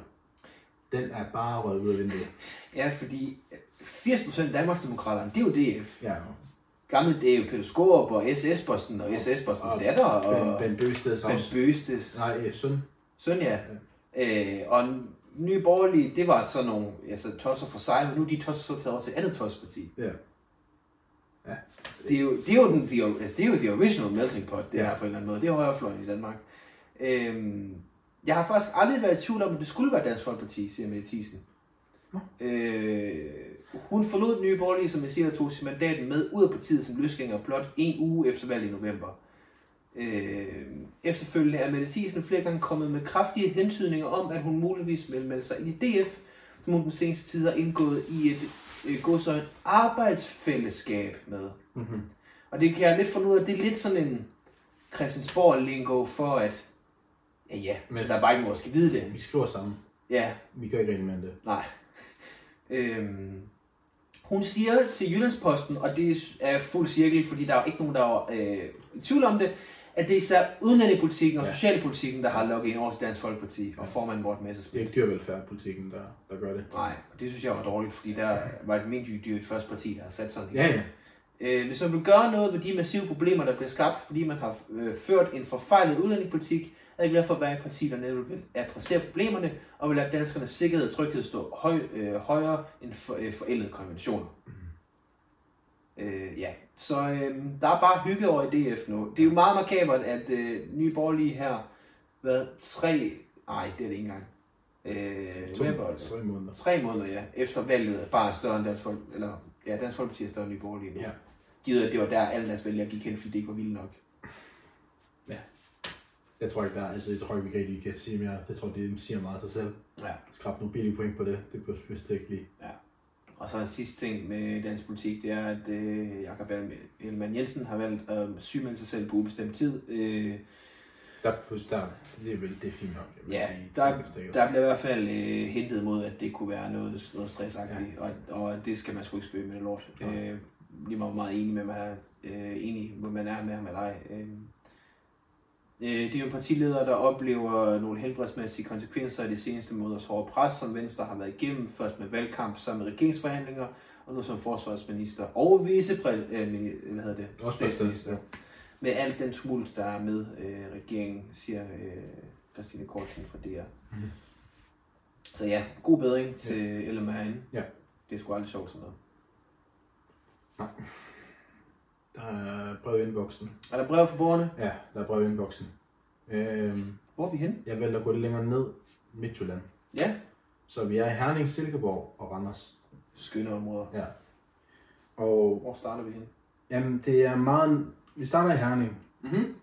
B: den er bare røget ud af vinduet.
A: Ja, fordi 80% af Danmarksdemokraterne, det er jo DF.
B: Ja,
A: Gamle, det er jo Peter Skorup og SS-posten og SS-postens
B: og
A: datter og
B: Ben, ben Bøgsteds
A: Ben
B: afs-
A: Bøstes.
B: Nej, øh, søn.
A: Søn, ja. Øh, og Nye Borgerlige, det var sådan nogle altså, tosser for sig, men nu er de tosser så taget over til et andet tosseparti.
B: Ja.
A: Det er jo, det er jo, den, the, altså, det er jo the original melting pot, det
B: Ja.
A: her på en eller anden måde. Det er højrefløjen i Danmark. Øhm, jeg har faktisk aldrig været i tvivl om, at det skulle være Dansk Folkeparti, siger Mette Thiesen. Øh, hun forlod Nye Borgerlige, som jeg siger, og tog sin mandaten med ud af partiet som løsgænger blot en uge efter valget i november. Øh, efterfølgende er Mette Thiesen flere gange kommet med kraftige hentydninger om, at hun muligvis vil melde sig ind i DF, som hun den seneste tid har indgået i et øh, godsøjne arbejdsfællesskab med.
B: Mm-hmm.
A: Og det kan jeg lidt finde ud af, det er lidt sådan en Christiansborg-lingo for, at ja, ja men
B: Men-
A: der er bare ikke nogen, der skal vide det.
B: Vi skriver sammen.
A: Ja,
B: Vi gør ikke rigtig mere end det.
A: Nej. Øhm, hun siger til Jyllandsposten, og det er fuld cirkel, fordi der er jo ikke nogen, der er øh, i tvivl om det, at det er især udlændingepolitikken og ja.
B: Ja.
A: socialpolitikken, der har lukket ind over til Dansk Folkeparti og formand Morten
B: Det er
A: Messersmith.
B: ikke dyrevelfærdspolitikken, der, der gør det.
A: Nej, og det synes jeg var dårligt, fordi der var et mindre dyrt første parti, der har sat sådan
B: Ja, ja.
A: Øh, hvis man vil gøre noget ved de massive problemer, der bliver skabt, fordi man har øh, ført en forfejlet udlændingepolitik, er jeg glad for, at være et parti, der netop vil adressere problemerne og vil lade danskernes sikkerhed og tryghed stå høj, øh, højere end for, øh, forældede konventioner. Øh, ja, så øh, der er bare hygge over i DF nu. Det er jo meget markabert, at øh, Nye Borgerlige her, hvad, tre, nej, det er det ikke engang. Øh,
B: To,
A: hvad var det?
B: tre måneder.
A: Tre måneder, ja, efter valget bare er større end Dansk Folk, eller ja, Dansk Folkeparti er større end Nye Borgerlige. nu.
B: Ja.
A: Givet, at det var der alle deres vælgere gik hen, fordi det ikke var vildt nok.
B: Jeg tror ikke, der er, altså, jeg tror ikke, vi rigtig kan sige mere. Jeg tror, det siger meget af sig selv.
A: Ja.
B: Skrab nogle billige point på det. Det kunne jeg vist ikke lide.
A: Og så en sidste ting med dansk politik, det er, at øh, Jakob Ellemann Jensen har valgt at sygemelde sig selv på ubestemt tid. Øh,
B: Der, der, det er vel det er fint nok. Jeg vil
A: Ja,
B: lige-
A: der-
B: jeg stikker.
A: der bliver i hvert fald øh, hentet mod, at det kunne være noget, noget stressagtigt, ja. og, og det skal man sgu ikke spøge med det lort.
B: Nej.
A: Øh, lige meget hvor meget enig med, man er, øh, enig, hvor man er med ham eller ej. Øh, øh, det er jo en partileder, der oplever nogle helbredsmæssige konsekvenser af de seneste måneders hårde pres, som Venstre har været igennem, først med valgkamp, så med regeringsforhandlinger, og nu som forsvarsminister og vicepræsident, øh, min- hvad hedder det?
B: Også statsminister.
A: Med alt den tumult, der er med øh, regeringen, siger øh, Christine Kortsen fra DR.
B: Mhm.
A: Så ja, god bedring til ja. Ellen herinde.
B: Ja.
A: Det er sgu aldrig sjovt sådan noget.
B: Der er brev i inboxen.
A: Er der brev for borgerne?
B: Ja, der er brev i inboxen. Øhm,
A: Hvor er vi henne?
B: jeg valgte at gå lidt længere ned. Midtjylland.
A: Ja.
B: Så vi er i Herning, Silkeborg og Randers.
A: Skønne områder.
B: Ja. Og
A: Hvor starter vi henne?
B: jamen, det er meget... Vi starter i Herning,
A: Mhm.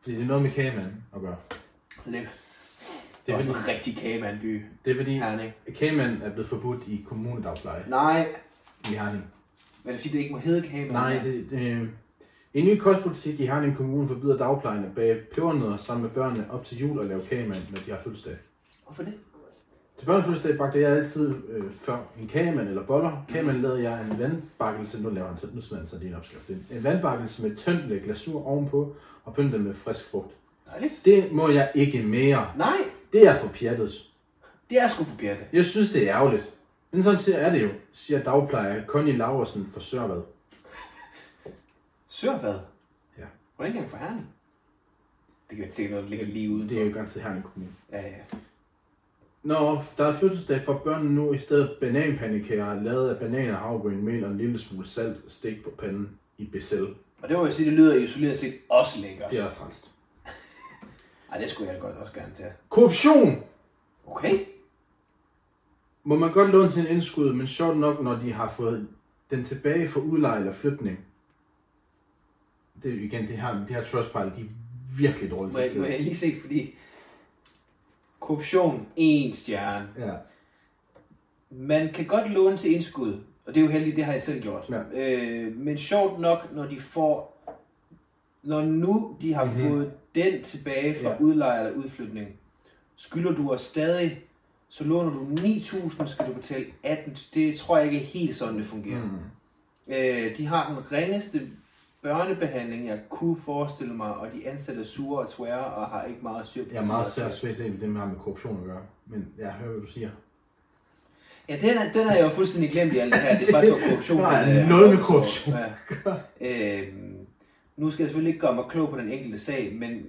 B: fordi det er noget med kagemanden at gøre.
A: Lækker.
B: Det
A: Det
B: er
A: er også
B: fordi-
A: en rigtig kagemandby.
B: Det er fordi,
A: Herning.
B: kagemanden er blevet forbudt i kommunedagpleje
A: Nej,
B: i Herning.
A: men det er fordi, det ikke må hedde kagemand.
B: Nej, det, det, en ny kostpolitik i Herning Kommune forbyder dagplejen at bage pebernødder sammen med børnene op til jul og lave kagemand, når de har fødselsdag.
A: Hvorfor det?
B: Til børnens fødselsdag bagte jeg altid øh, før en kagemand eller boller. Kagemand lavede jeg en vandbakkelse, nu laver han så, nu smider han så lige en opskrift ind. En vandbakkelse med tyndt lag glasur ovenpå og pyntet med frisk frugt.
A: Dejligt.
B: Det må jeg ikke mere.
A: Nej,
B: Det er for pjattet.
A: det er sgu for Bjerte.
B: Jeg synes, det er ærgerligt. Men sådan ser er det jo, siger dagplejer Connie Laursen for Sørvad.
A: Sørvad?
B: Ja.
A: Var det ikke engang for Herning? Det kan være sikkert noget, der ligger lige udenfor.
B: Det er jo garanteret Herning Kommune.
A: Ja, ja.
B: Nå, der er fødselsdag for børnene nu i stedet bananpandekager, lavet af bananer, havgrøn, mel og en lille smule salt, stegt på panden i besæl.
A: Og det må jeg sige, det lyder isoleret set også lækkert.
B: Det er også træls.
A: Ej, det skulle jeg godt også gerne til.
B: Korruption!
A: Okay.
B: må man godt låne til en indskud, men sjovt nok, når de har fået den tilbage for udleje eller flytning. Det er jo igen, det her, det her Trustpilot, de er virkelig dårlige
A: Må
B: til at
A: jeg, må
B: skrive.
A: jeg lige se, fordi... Korruption, en stjerne.
B: Ja,
A: Man kan godt låne til indskud, og det er jo heldigt, det har jeg selv gjort.
B: Ja.
A: Øh, men sjovt nok, når de får... Når nu de har
B: Mhm.
A: mm-hmm. fået den tilbage fra
B: Ja.
A: ja. udlejer eller udflytning, skylder du os stadig, så låner du 9.000, skal du betale 18. Det tror jeg ikke er helt sådan, det fungerer.
B: Mm.
A: Øh, de har den ringeste børnebehandling, jeg kunne forestille mig, og de ansatte er sure og tvære og har ikke meget styr på
B: Jeg er meget
A: det.
B: svært svært ved det, med, med korruption at gøre. Men jeg hører, hvad du siger.
A: Ja, den, er, den har jeg jo fuldstændig glemt i alt det her. Det er faktisk var korruption.
B: Der er
A: den, øh,
B: nul med korruption.
A: Ja. Øhm, nu skal jeg selvfølgelig ikke gøre mig klog på den enkelte sag, men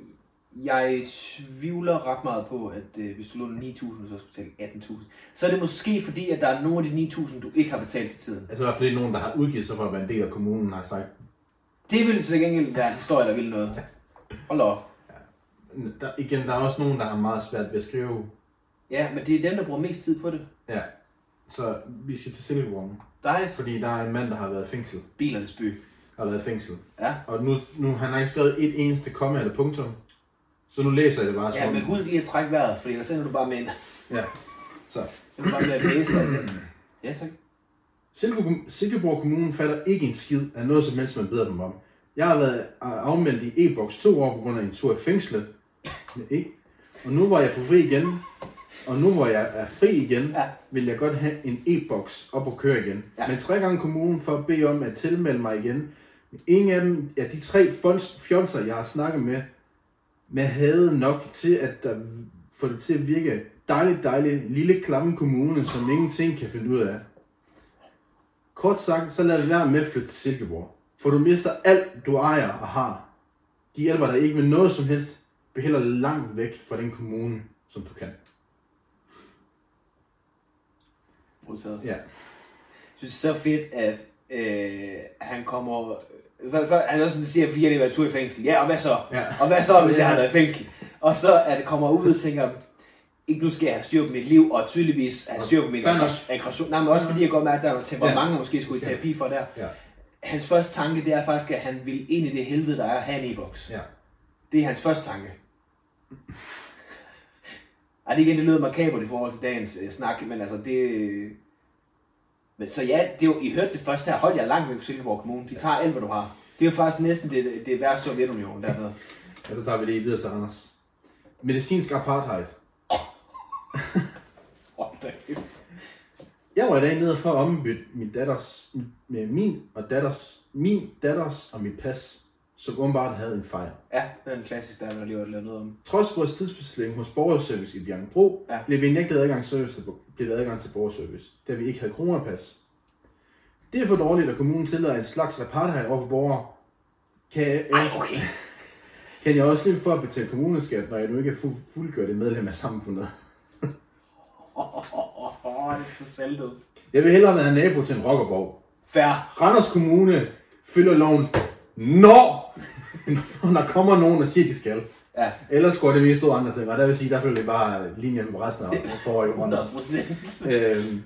A: jeg tvivler ret meget på, at øh, hvis du låner 9.000, så skal du betale 18.000. Så er det måske fordi, at der er nogle af de 9.000, du ikke har betalt til tiden.
B: Altså, der er flere nogen, der har udgivet sig for at være en del af kommunen, har sagt,
A: Det vil til gengæld være en historie, der vil noget. Hold da op.
B: der, igen, der er også nogen, der har meget svært ved at skrive.
A: Ja, men det er dem, der bruger mest tid på det.
B: Ja. Så vi skal til Silkeborg nu,
A: Dejligt.
B: fordi der er en mand, der har været i fængsel.
A: Bilernes by.
B: har været i fængsel.
A: Ja.
B: Og nu, nu han har ikke skrevet et eneste komma eller punktum. Så nu læser jeg det bare som
A: Ja,
B: om-
A: men husk lige at trække vejret, for ellers ender du bare med en...
B: Ja. Så.
A: Du bare med at blæse dig. Ja, tak.
B: Silkeborg, Silkeborg Kommune fatter ikke en skid af noget som helst, man beder dem om. Jeg har været øh, afmeldt i e-boks to år på grund af en tur i fængslet. Men Ikke? Og nu hvor jeg er på fri igen, og nu hvor jeg er fri igen,
A: Ja.
B: vil jeg godt have en e-boks op og køre igen.
A: Ja.
B: Ja. Men tre gange kommunen for at bede om at tilmelde mig igen. Men Ingen af dem, ja, de tre fons- fjolser, jeg har snakket med, med havde nok til, at der får det til at virke dejligt, dejligt lille klamme kommune, som ingenting kan finde ud af. Kort sagt, så lad være med at flytte til Silkeborg. For du mister alt, du ejer og har. De hjælper dig ikke med noget som helst. Bliv heller langt væk fra den kommune, som du kan.
A: Modtaget.
B: Ja.
A: Jeg synes, det er så fedt, at øh, han kommer... For, for, han er også sådan, siger, fordi han har været tur i fængsel. Ja, og hvad så?
B: Ja.
A: Og hvad så, hvis jeg har
B: Ja.
A: været i fængsel? Og så er det kommer ud og tænker, ikke nu skal jeg have styr på mit liv, og tydeligvis have styr på min
B: Fair nok.
A: aggra- aggression. Nej, men også fordi jeg godt mærker, at der er nogle temperamenter, der måske skulle i
B: Ja.
A: terapi for der.
B: Ja.
A: Hans første tanke, det er faktisk, at han vil ind i det helvede, der er at have en e-boks.
B: Ja.
A: Det er hans første tanke. Ej, det igen, det lyder makabert i forhold til dagens øh, snak, men altså det... Men så ja, det er jo, I hørte det først her, hold jer langt væk fra Silkeborg Kommune, de tager alt, hvad du har. Det er jo faktisk næsten det, det værste Sovjetunionen dernede.
B: ja, så tager vi det videre til Anders. Medicinsk apartheid.
A: Hold da kæft.
B: Jeg var i dag nede for at ombytte min datters, med min og datters, min datters og mit pas, som åbenbart havde en fejl.
A: ja, det er en klassisk, der er der lige lavet noget om.
B: Trods vores tidsbestilling hos borgerservice i Bjergenbro,
A: Ja.
B: ja. blev vi nægtet adgang, service til, blev der adgang til borgerservice, da vi ikke havde coronapas. Det er for dårligt, at kommunen tillader en slags apartheid over for borgere. Kan jeg,
A: Ej, okay.
B: kan jeg også slippe for at betale kommuneskat, når jeg nu ikke er fu- fuldgjort et medlem af samfundet?
A: Åh, oh, oh, oh, oh, det er så saltet.
B: Jeg vil hellere være nabo til en rockerborg.
A: Fair.
B: Randers Kommune følger loven, når, når der kommer nogen og siger, at de skal.
A: Ja,
B: Ellers går det mest ud andre til mig. Der vil sige, der følger det bare linjen med resten af foråret i
A: 100
B: Randers.
A: procent.
B: Øhm,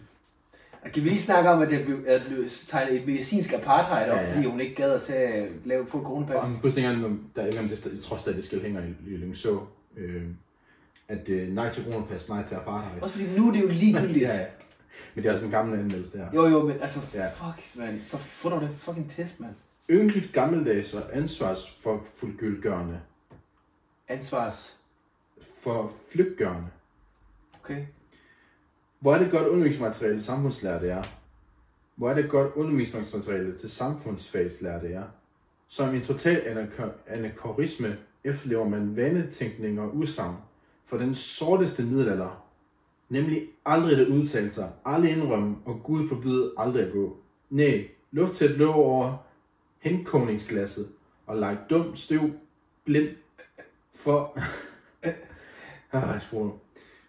A: Kan vi lige snakke om, at det blev, at det blev tegnet et medicinsk apartheid op, ja,
B: Ja,
A: ja.
B: ja.
A: fordi hun ikke gad at tage, lave få
B: Og
A: coronapas?
B: han kunne ikke engang, om der er ikke om det, sta- jeg tror stadig, det skal hænger i, i Lyngså, øh, at øh, nej til coronapas, nej til apartheid.
A: Også fordi nu er det jo ligegyldigt.
B: Ja, ja. Men det er også en gammel anmeldelse, der.
A: Jo, jo, men altså,
B: Ja.
A: fuck, mand. Så få dig den fucking test, mand.
B: Ynkeligt gammeldags og ansvarsfuldgørende.
A: Ansvars.
B: For flygtgørende.
A: Okay.
B: Hvor er det godt undervisningsmateriale til samfundslærer, det er. Hvor er det godt undervisningsmateriale til samfundsfagslærer, det er. Som en total anako- anakorisme efterlever man vanetænkning og udsagn fra den sorteste middelalder. Nemlig aldrig at udtale sig, aldrig indrømme, og Gud forbyde aldrig at gå. Nej, lufttæt lå over henkogningsglasset og lege dum, støv, blind for... ah, jeg spurgte.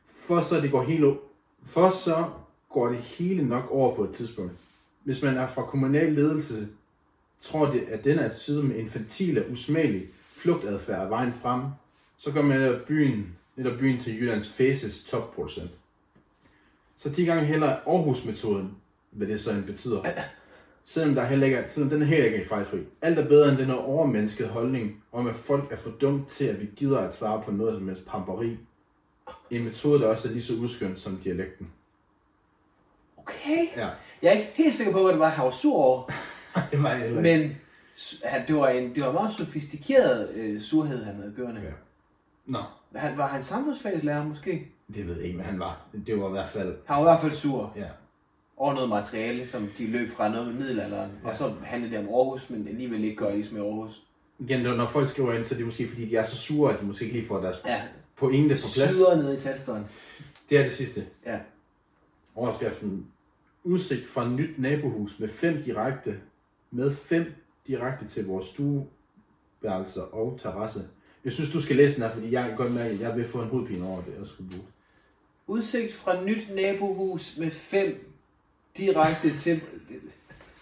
B: For så det går helt o- for så går det hele nok over på et tidspunkt. Hvis man er fra kommunal ledelse, tror det, at denne attitude med infantil og usmagelig flugtadfærd er vejen frem, så gør man netop byen, netop byen til Jyllands Faces topproducent. Så 10 gange heller Aarhus-metoden, hvad det så end betyder. Selvom, der heller ikke er, selvom den her ikke er fejlfri. Alt er bedre end den her overmenneskede holdning om, at folk er for dumt til, at vi gider at svare på noget som helst pamperi. En metode, der også er lige så udskønt som dialekten.
A: Okay.
B: Ja.
A: Jeg er ikke helt sikker på, hvad det var, han var sur over,
B: Det var jeg heller ikke.
A: men s- han, det var en det var en meget sofistikeret øh, surhed, han havde gørende.
B: Ja. Nå,
A: Han, var han samfundsfagslærer måske?
B: det ved jeg ikke, hvad han var. Det var i hvert fald,
A: Han var i hvert fald sur
B: ja.
A: over noget materiale, som de løb fra noget med middelalderen. Ja. Og så handlede det om Aarhus, men alligevel ikke gør ligesom i Aarhus.
B: Igen, det var, når folk skriver ind, så er det måske, fordi de er så sure, at de måske ikke lige får deres
A: Ja,
B: pointe på plads.
A: syder ned i tasteren.
B: Det er det sidste.
A: Ja.
B: Overskriften. Udsigt fra et nyt nabohus med fem direkte, med fem direkte til vores stueværelser og terrasse. Jeg synes, du skal læse den her, fordi jeg kan godt mærke, at jeg vil få en hovedpine over det, jeg skulle bruge.
A: Udsigt fra nyt nabohus med fem direkte til...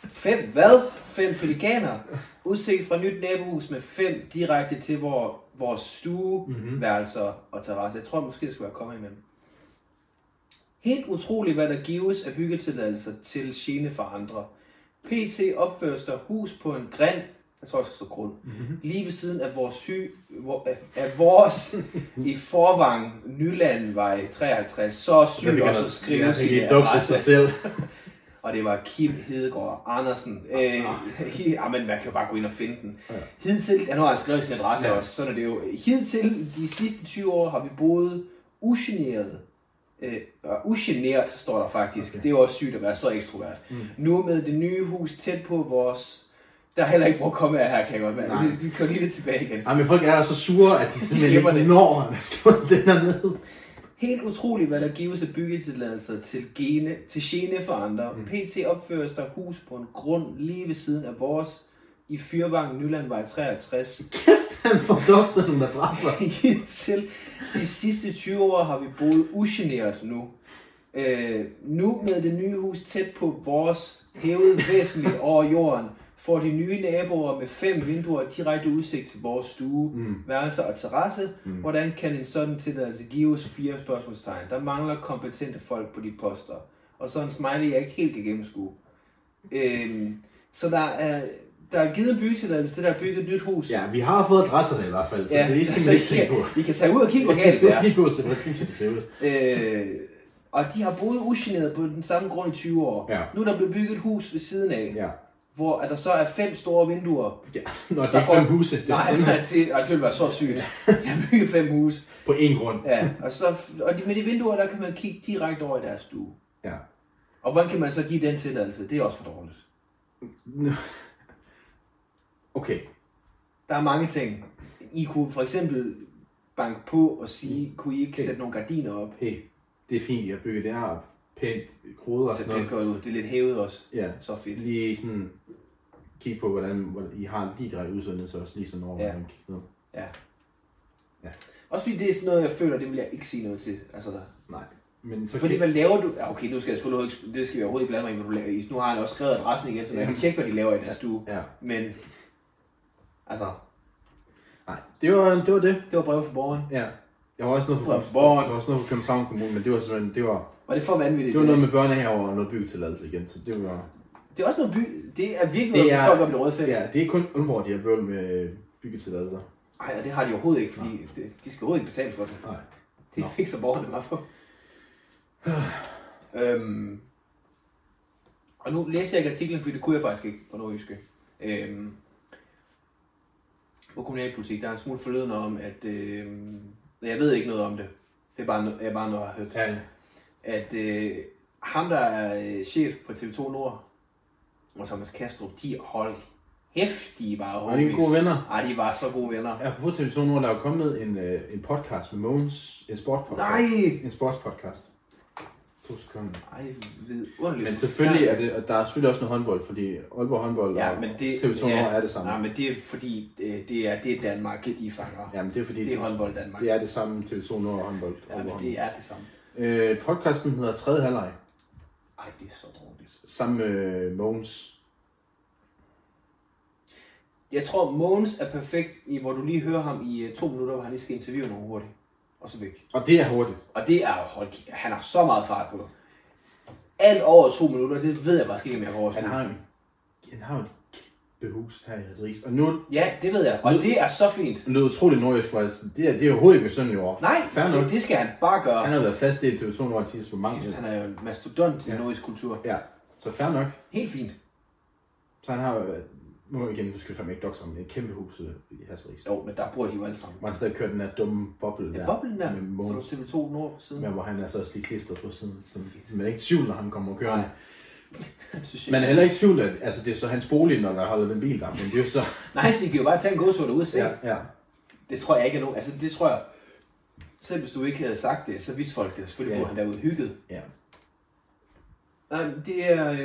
A: Fem hvad? Fem pelikaner. Udsigt fra nyt nabohus med fem direkte til vor, vores stue, mm-hmm. værelser og terrasse. Jeg tror måske, det skal være kommet imellem. Helt utroligt, hvad der gives af byggetilladelser til gene for andre. PT opføres der hus på en græn, jeg tror, jeg skal stå grund,
B: Mhm.
A: mm-hmm. lige ved siden af vores, sy, vor- af- af vores i Forvang, Nylandvej 53, så syg og så skrive
B: sig.
A: sin
B: Det dukser sig
A: adresse.
B: selv.
A: Og det var Kim Hedegaard Andersen. Øh, ja, men man kan jo bare gå ind og finde den. Hidtil, ja, nu har han skrevet sin adresse
B: Ja.
A: ja. også, sådan er det jo. Hidtil, de sidste 20 år, har vi boet ugeneret. Øh, og ugeneret, står der faktisk. Okay. Det er jo også sygt at være så ekstrovert. Mm. Nu med det nye hus tæt på vores... Der er heller ikke, hvor komme af her, kan jeg godt
B: Nej.
A: mærke. Vi- Vi kører lige lidt tilbage igen.
B: Ej, men folk er så sure, at de simpelthen
A: glemmer
B: ikke det. når, at man skriver den her ned.
A: Helt utroligt, hvad der gives af byggetilladelser til, gene, til gene for andre. Mm. PT opføres der hus på en grund lige ved siden af vores i Fyrvang, Nylandvej 53.
B: Han får dukset nogle adresser.
A: til de sidste 20 år har vi boet ugeneret nu. Øh, nu med det nye hus tæt på vores hævet væsentligt over jorden, får de nye naboer med fem vinduer direkte udsigt til vores stue, mm. værelser og terrasse. Mm. Hvordan kan en sådan tilladelse gives? Fire spørgsmålstegn. Der mangler kompetente folk på de poster. Og så en smiley, jeg ikke helt kan gennemskue. Øh, så der er, der er givet en byggetilladelse, der er bygget et nyt hus.
B: Ja, vi har fået adresserne i hvert fald, så ja, det skal man ikke
A: altså, I
B: tænke på.
A: kan- I kan tage ud og kigge, hvor
B: Vi
A: galt
B: skal
A: det
B: jo
A: er.
B: kigge på, så præcis som det ser ud.
A: Øh, og de har boet ugeneret på den samme grund i 20 år.
B: Ja.
A: Nu er der blevet bygget et hus ved siden af,
B: Ja.
A: hvor at der så er fem store vinduer.
B: ja. Nå, det er ikke fem huse. Det er
A: Nej,
B: sådan,
A: nej, det, ej, det ville være så sygt. Jeg har bygget fem huse.
B: på én grund.
A: Ja, og, så, og de, med de vinduer, der kan man kigge direkte over i deres stue.
B: Ja.
A: Og hvordan kan man så give den tilladelse? Det er også for dårligt.
B: Okay.
A: Der er mange ting. I kunne for eksempel banke på og
B: Mm.
A: sige, kunne I ikke
B: Okay.
A: sætte nogle gardiner op?
B: Hey, det er fint, I har bygget det her pænt kruder og
A: Så
B: sådan
A: det
B: noget.
A: går ud. Det er lidt hævet også.
B: Ja.
A: Så fedt.
B: Lige sådan kigge på, hvordan, hvordan I har lige drejet udsendet, så også lige sådan over,
A: Ja.
B: hvordan man kigger ned.
A: Ja.
B: Ja.
A: Også fordi det er sådan noget, jeg føler, det vil jeg ikke sige noget til. Altså,
B: Nej. Men så
A: Fordi
B: kan-
A: hvad laver du? Ja, okay, nu skal jeg selvfølgelig ikke, det skal vi overhovedet ikke blande mig i, hvad du laver. i. Nu har han også skrevet adressen igen, så man kan tjekke, hvad de laver i deres stue.
B: Ja.
A: Men, altså,
B: Nej, det var det. Var det.
A: det var brev fra borgeren.
B: Ja. Jeg var også noget for,
A: Borgen.
B: jeg var også noget for København Kommune, men det var simpelthen, det var,
A: Var det for vanvittigt?
B: det var noget med børnehaver og noget byggetilladelse igen, så det var...
A: det er også noget by. Det er virkelig noget, er... folk op i det røde felt.
B: ja, det er ikke kun Aalborg, de har bøvl med byggetilladelser.
A: Nej, og det har de overhovedet ikke, fordi det, de skal overhovedet ikke betale for det.
B: Nej.
A: Det
B: Nå.
A: fik så borgerne mig for. øhm, og nu læser jeg ikke artiklen, fordi det kunne jeg faktisk ikke på nordjyske. Øhm, på kommunalpolitik, der er en smule forleden om, at øhm, jeg ved ikke noget om det. Det er bare, no- jeg er bare noget, jeg har hørt.
B: Ja, ja.
A: At øh, ham, der er øh, chef på TV2 Nord, og Thomas Kastrup, de hold hæftige bare
B: Og de er gode venner.
A: Ej, de var så gode venner.
B: Ja, på TV2 Nord, der er jo kommet en, øh, en podcast med Mogens, en sportpodcast.
A: Nej!
B: En sportspodcast. To sekunder.
A: Ej, vidunderligt.
B: Men selvfølgelig er det, og der er selvfølgelig også noget håndbold, fordi Aalborg håndbold
A: Ja,
B: og
A: men det,
B: TV2 Nord
A: ja,
B: er det samme.
A: Nej, men det er fordi, øh, det er, det er Danmark, de fanger. Ja,
B: Jamen, det er fordi,
A: det er håndbold Danmark.
B: det er det samme TV2 Nord og håndbold.
A: ja, men det er det samme.
B: Øh, podcasten hedder 3. halvleg,
A: Ej, det er så dårligt.
B: sammen med Mogens.
A: Jeg tror, Mogens er perfekt, i, hvor du lige hører ham i øh, to minutter, hvor han lige skal interviewe nogen hurtigt. Og så væk.
B: Og det er hurtigt.
A: Og det er jo, hold kæ- han har så meget fart på. Alt over to minutter, det ved jeg faktisk ikke, om jeg kan
B: Han
A: overskue.
B: har jo, han har jo et kæmpe hus her i Ris. Og nu
A: Ja, det ved jeg. Og det er så fint.
B: lød utrolig nordjysk, for altså, det er, det er overhovedet ikke besøndelig over.
A: Nej,
B: Fair nok.
A: det, det, skal han bare gøre.
B: Han har været fast i TV2 Nord tidligere på mange
A: Han
B: år.
A: er jo en mastodont i nordisk kultur.
B: Ja, så fair nok.
A: Helt fint.
B: Så han har jo været- nu igen, du skal fandme ikke dokse om det er et kæmpe hus øh, i Hasseris.
A: Jo, men der bor de jo alle sammen.
B: Man har stadig kørt den der dumme boble der.
A: Ja, boblen der,
B: Med
A: som
B: Mogens.
A: TV2 Nord siden.
B: Men hvor han er så også lige klistret på siden, så man er ikke i tvivl, når han kommer og kører.
A: Nej. Synes jeg
B: Man er
A: ikke.
B: heller ikke i tvivl, at altså, det er så hans bolig, når der holder den bil der, men det er jo så...
A: Nej, så I kan jo bare tage en gåsehud og ud og se. Ja.
B: Ja, ja.
A: Det tror jeg ikke er nogen. Altså, det tror jeg... Selv hvis du ikke havde sagt det, så vidste folk det. Selvfølgelig
B: Ja.
A: yeah. han derude hygget.
B: ja.
A: Nej, men det er... Øh,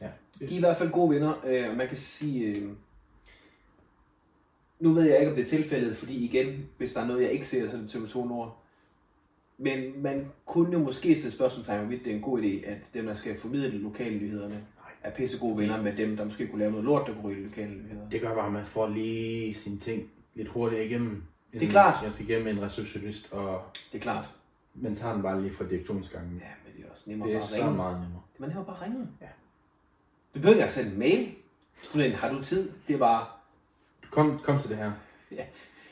B: ja.
A: de er i hvert fald gode venner, øh, og man kan sige... Øh, nu ved jeg ikke, om det er tilfældet, fordi igen, hvis der er noget, jeg ikke ser, så er det TV2 Nord. Men man kunne jo måske stille spørgsmålstegn, hvorvidt det er en god idé, at dem, der skal formidle de lokale nyhederne, er pisse gode venner med dem, der måske kunne lave noget lort, der kunne ryge de lokale nyheder.
B: Det gør bare, at man får lige sine ting lidt hurtigere igennem.
A: Det er klart.
B: Jeg skal igennem en receptionist, og
A: Det er klart.
B: man tager den bare lige fra direktionsgangen.
A: Ja, men det er også nemmere
B: det er
A: bare at
B: så
A: ringe.
B: meget nemmere.
A: Man har jo bare ringet.
B: Ja.
A: Vi behøver ikke engang sende en mail. Studenten, har du tid? Det er bare,
B: Kom, kom til det her.
A: ja,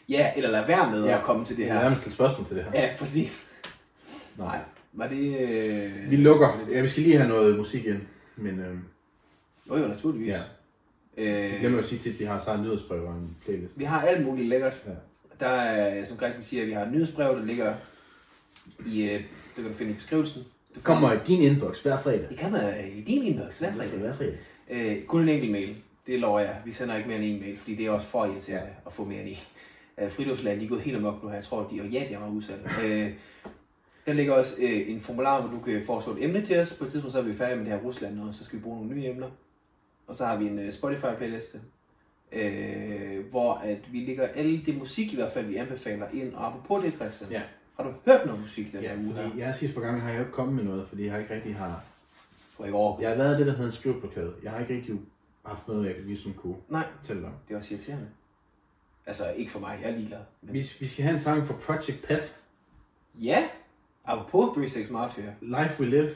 A: ja eller lad være med ja. at komme til det her.
B: Jeg vil stille spørgsmål til det her.
A: Ja, præcis.
B: Nej.
A: Var det... Øh...
B: Vi lukker. Ja, vi skal lige have noget musik ind. Men øh,
A: Jo, jo, naturligvis.
B: ja,
A: Ja.
B: vi
A: Øh,
B: glemmer jo at sige til, at vi har så en nyhedsbrev og en playlist.
A: vi har alt muligt lækkert.
B: Ja.
A: Der er, som Christian siger, vi har et nyhedsbrev, der ligger i... Øh, det kan du finde i beskrivelsen. Du får-
B: Kommer i din inbox hver fredag.
A: Det kommer i din inbox hver fredag.
B: Hver fredag.
A: Øh, kun en enkelt mail. Det lover jeg. Vi sender ikke mere end en mail, fordi det er også for irriterende at få mere end en. Øh, Friluftsland, de er gået helt amok nu her. Jeg tror, de, og ja, de er meget udsatte. Øh, der ligger også øh, en formular, hvor du kan foreslå et emne til os. På et tidspunkt så er vi færdige med det her Rusland noget, så skal vi bruge nogle nye emner. Og så har vi en øh, Spotify-playliste, øh, hvor at vi ligger alle det musik, i hvert fald vi anbefaler, ind. Og apropos det, Christian,
B: Ja.
A: har du hørt noget musik den
B: Ja,
A: her uge her?
B: fordi jeg sidste par gange har jeg jo ikke kommet med noget, fordi jeg ikke rigtig har...
A: For i år.
B: Jeg har været i det, der hedder en skriveblokade. Jeg har ikke rigtig haft noget, jeg ligesom kunne
A: Nej,
B: fortælle om.
A: det er også irriterende. Altså, ikke for mig. Jeg er ligeglad. Men...
B: Vi, vi skal have en sang fra Project Pet,
A: Ja, apropos 36 Mafia.
B: Life We Live,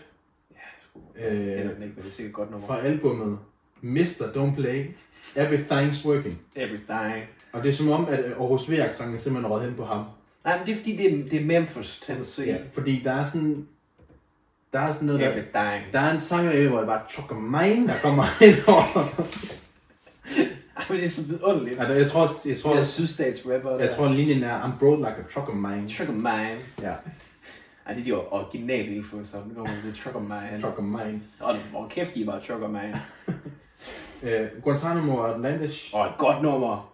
A: Ja, sgu.
B: Øh.
A: Jeg kender den ikke, men det er sikkert et godt nummer.
B: fra albumet Mr. Don't Play, Everything's Working.
A: Everything.
B: Og det er som om, at øh, Aarhus V-aksangen simpelthen røget hen på ham.
A: Nej, men det er fordi, det er, det er Memphis, Tennessee.
B: Ja, fordi der er sådan... Der er sådan noget, der,
A: Everything.
B: der er en sang, øh, hvor det bare chokker mine, der kommer ind over.
A: Ej, men det er så vidunderligt.
B: Altså, jeg tror, også- jeg tror,
A: Jeg er
B: jeg,
A: sydstatsrapper.
B: jeg tror linjen er, I'm broke like a trucker mine.
A: Trucker Mine.
B: Ja,
A: Ej, det er de originale influencer. Nu kommer det Trucker Mine.
B: trucker mine.
A: Og hvor kæft, de er bare Trucker Mine.
B: Øh, Guantanamo og Atlantis,
A: Og et godt nummer.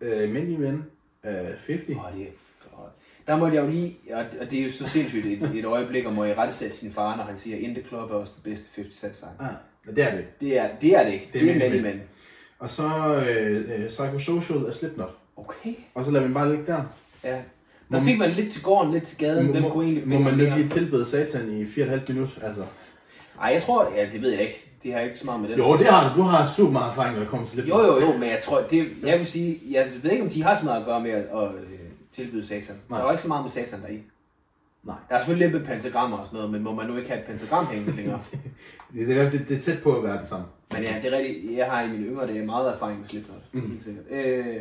B: øh, Mindy Men, øh, 50.
A: Åh, det er for... Der måtte jeg jo lige, og og det er jo så sindssygt et, et øjeblik, og må jeg rettesætte sin far, når han siger, Indie Club er også den bedste 50 Cent sang.
B: Ah, det er det.
A: Det er det, er det ikke.
B: Det
A: Det
B: er
A: er, det
B: Mandy
A: er Mandy Man.
B: Og så øh, øh, Psychosocial af Slipknot.
A: Okay.
B: Og så lader vi den bare ligge der.
A: Ja. Der fik man lidt til gården, lidt til gaden. Hvem kunne egentlig
B: må man
A: vinde
B: nu
A: her?
B: lige tilbede satan i 4,5 minutter? Altså.
A: Ej, jeg tror... Ja, det ved jeg ikke. Det har jeg ikke så meget med det.
B: Jo, det har du. Du har super meget erfaring, når det kommer til
A: jo,
B: Slipknot.
A: jo, jo, men jeg tror... Det, jeg vil sige... Jeg ved ikke, om de har så meget at gøre med at, at øh, tilbyde satan.
B: Nej.
A: Der var ikke så meget med satan deri.
B: Nej.
A: Der er selvfølgelig lidt med pentagrammer og sådan noget, men må man nu ikke have et pentagram hængende længere?
B: Det, det, det, det er tæt på at være det samme.
A: men ja, det er rigtigt. Jeg har i mine yngre dage meget erfaring med slipknot.
B: Mhm.
A: Mm. Helt sikkert. Øh,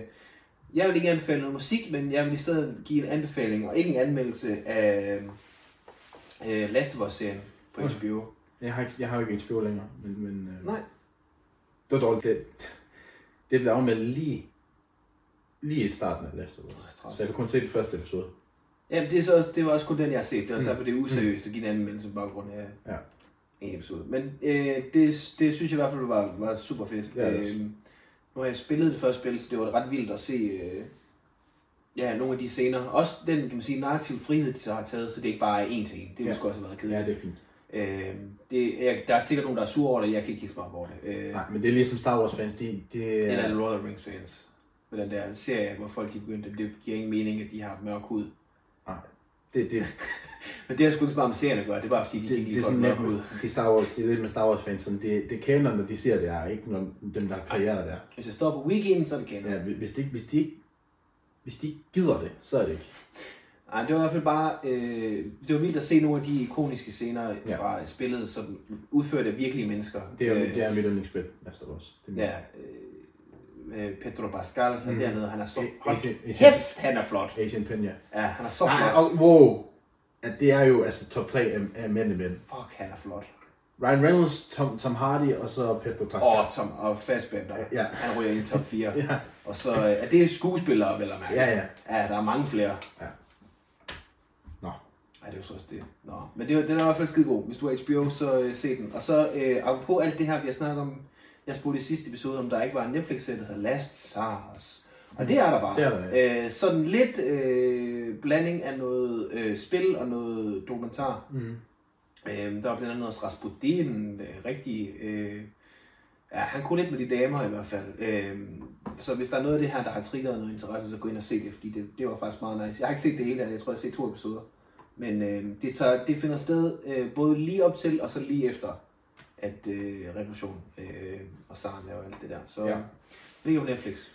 A: jeg vil ikke anbefale noget musik, men jeg vil i stedet give en anbefaling, og ikke en anmeldelse af øh, Last of Us-serien på
B: Mm.
A: HBO.
B: Jeg har, ikke, jeg har jo ikke HBO længere, men... men øh,
A: Nej.
B: Det var dårligt. Det, det blev afmeldt lige, lige i starten af Last of Us.
A: Åh, træls.
B: Så jeg kunne kun se den første episode.
A: Jamen, det, er så også, det var også kun den, jeg har set. Det er også derfor, det er useriøst at give en anden meldelse på baggrund af
B: Mm. Ja.
A: en episode. Men øh, det, det synes jeg i hvert fald var, var super fedt.
B: Ja, det er
A: øh, nu har jeg spillet det første spil, så det var ret vildt at se øh, ja, nogle af de scener. Også den, kan man sige, narrative frihed, de så har taget, så det ikke bare er en til en. Det
B: Ja.
A: ja. måske også have været
B: Ja,
A: kedeligt.
B: det er fint.
A: Øh, det, jeg, der er sikkert nogen, der er sure over det. Jeg kan ikke kigge mig over det. Øh,
B: Nej, men det er ligesom Star Wars fans, de... de
A: Eller er det Lord of the Rings fans? Med den der serie, hvor folk de begyndte, det giver ingen mening, at de har mørk hud.
B: Nej, det, det,
A: Men det har sgu ikke så meget med serien at gøre, det er bare fordi, de
B: det,
A: gik
B: det,
A: lige
B: er
A: for
B: sådan
A: mørk
B: lidt
A: hud.
B: med, de Star Wars, det er lidt med Star Wars fans, sådan, det, det er canon, når de ser det er, ikke når dem, der har kreeret det er.
A: Hvis jeg står på weekenden, så er det kanon.
B: Ja, hvi- hvis de, ikke- hvis de, ikke- hvis de ikke gider det, så er det ikke.
A: Ej, det var i hvert fald bare, øh, det var vildt at se nogle af de ikoniske scener
B: Ja.
A: ja. fra øh, spillet, som udført af virkelige mennesker.
B: Det er, øh,
A: øh,
B: det er mit yndlingsspil, Master Wars. Det er mit.
A: ja, øh, øh, Pedro Pascal, han
B: Mhm.
A: dernede, han er så...
B: Et-
A: Hold
B: et- et-
A: kæft, han er flot!
B: Asian Penya.
A: Ja, han er så
B: Nej,
A: flot.
B: og wow, at det er jo altså top 3 af, af mænd i mænd.
A: Fuck, han er flot.
B: Ryan Reynolds, Tom, Tom Hardy og så Pedro Pascal.
A: Og Tom og Fassbender,
B: Ja.
A: han ryger ind i top 4.
B: Ja.
A: Og så øh, er det skuespillere, vel at mærke.
B: Ja, ja.
A: Ja, der er mange flere.
B: Nå.
A: Ej, det er jo så også det. Nå. Men det, var- den er i hvert fald skide god. Hvis du har HBO, så øh, se den. Og så, øh, apropos alt det her, vi har snakket om, jeg spurgte i sidste episode, om der ikke var en Netflix-serie, der hedder Last SARS. Og det er der bare.
B: Det er der,
A: øh, sådan lidt øh, blanding af noget øh, spil og noget dokumentar.
B: Mm.
A: Øh, der var blandt andet også Rasputin, en øh, rigtig... Øh, ja, han kunne lidt med de damer i hvert fald. Øh, så hvis der er noget af det her, der har triggeret noget interesse, så gå ind og se det, fordi det, det var faktisk meget nice. Jeg har ikke set det hele af det, jeg tror, jeg har set to episoder. Men øh, det, tager, det finder sted øh, både lige op til, og så lige efter, at øh, revolutionen øh, og Saren laver alt det der. Så
B: Ja.
A: ja. ligger på Netflix.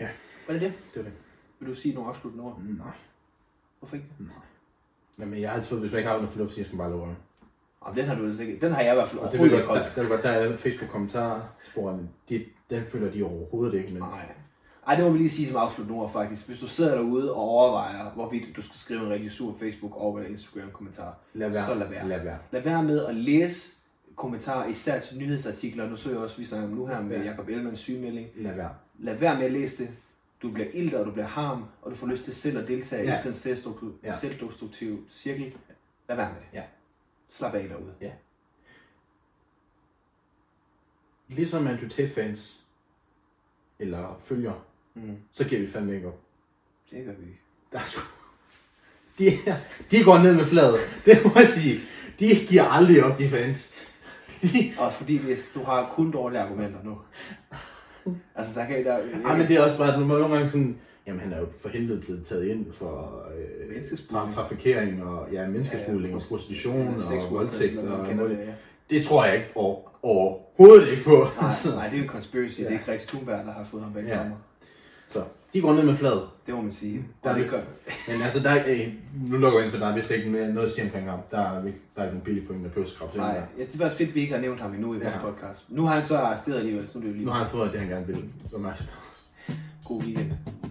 B: Ja.
A: Var det det?
B: Det var det.
A: Vil du sige nogle afsluttende ord?
B: Nej,
A: Hvorfor ikke det?
B: nej. Jamen, jeg har altid, hvis man ikke har noget fornuft, så siger jeg skal man bare lov
A: Jamen, den har du altså ikke. Den har jeg i hvert fald
B: Og det ved
A: overhovedet
B: jeg
A: ikke
B: godt,
A: holdt.
B: der, der, ved godt, der er Facebook-kommentarsporene, de, den følger de overhovedet ikke med.
A: Nej. Ej, det må vi lige sige som afsluttende ord faktisk. Hvis du sidder derude og overvejer, hvorvidt du skal skrive en rigtig sur Facebook over en Instagram-kommentar,
B: Lad være.
A: så lad være.
B: Lad være.
A: Lad være med at læse kommentarer, især til nyhedsartikler. Nu så jeg også, vi snakker om nu her med
B: Ja.
A: Jacob Ellemanns sygemelding.
B: Lad være.
A: Lad være med at læse det. Du bliver ildt, og du bliver harm, og du får lyst til selv at deltage ja.
B: Ja.
A: i sådan en selvdestruktiv, ja.
B: Ja.
A: selvdestruktiv cirkel. Lad være med det.
B: Ja.
A: Slap af derude.
B: Ligesom Andrew Tate-fans, eller følger,
A: Mm.
B: så giver vi fandme ikke op.
A: Det gør vi ikke.
B: Der er sgu... De, de går ned med fladet. Det må jeg sige. De giver aldrig op, de fans. De...
A: Og fordi det, er- du har kun dårlige argumenter nu. altså, der kan der,
B: Ja, men det er også bare, at man må nogle gange sådan... Jamen, han er jo for helvede blevet taget ind for øh,
A: Menneskesmugling.
B: tra- trafikering og ja, menneskesmugling og prostitution og voldtægt. Og,
A: det, ja.
B: det tror jeg ikke over, overhovedet ikke på.
A: Nej,
B: Så-
A: nej, det er jo en conspiracy. Ja. Det er
B: Ja.
A: ikke Greta Thunberg, der har fået ham bag
B: Ja.
A: ja.
B: Så de går ned med fladet.
A: Det må man sige.
B: Der
A: Der
B: er
A: det
B: vist-
A: gør.
B: Men altså, der er, øh, nu lukker jeg ind for dig, hvis der ikke er noget at sige omkring ham. Der er, ikke- der er ikke nogen billige point, der behøver at
A: Nej, ja, det var også fedt, at vi ikke har nævnt ham endnu i vores
B: Ja.
A: podcast. Nu har han så arresteret alligevel, så nu er det jo lige
B: Nu har han fået det, han gerne vil. Hvor meget?
A: god weekend.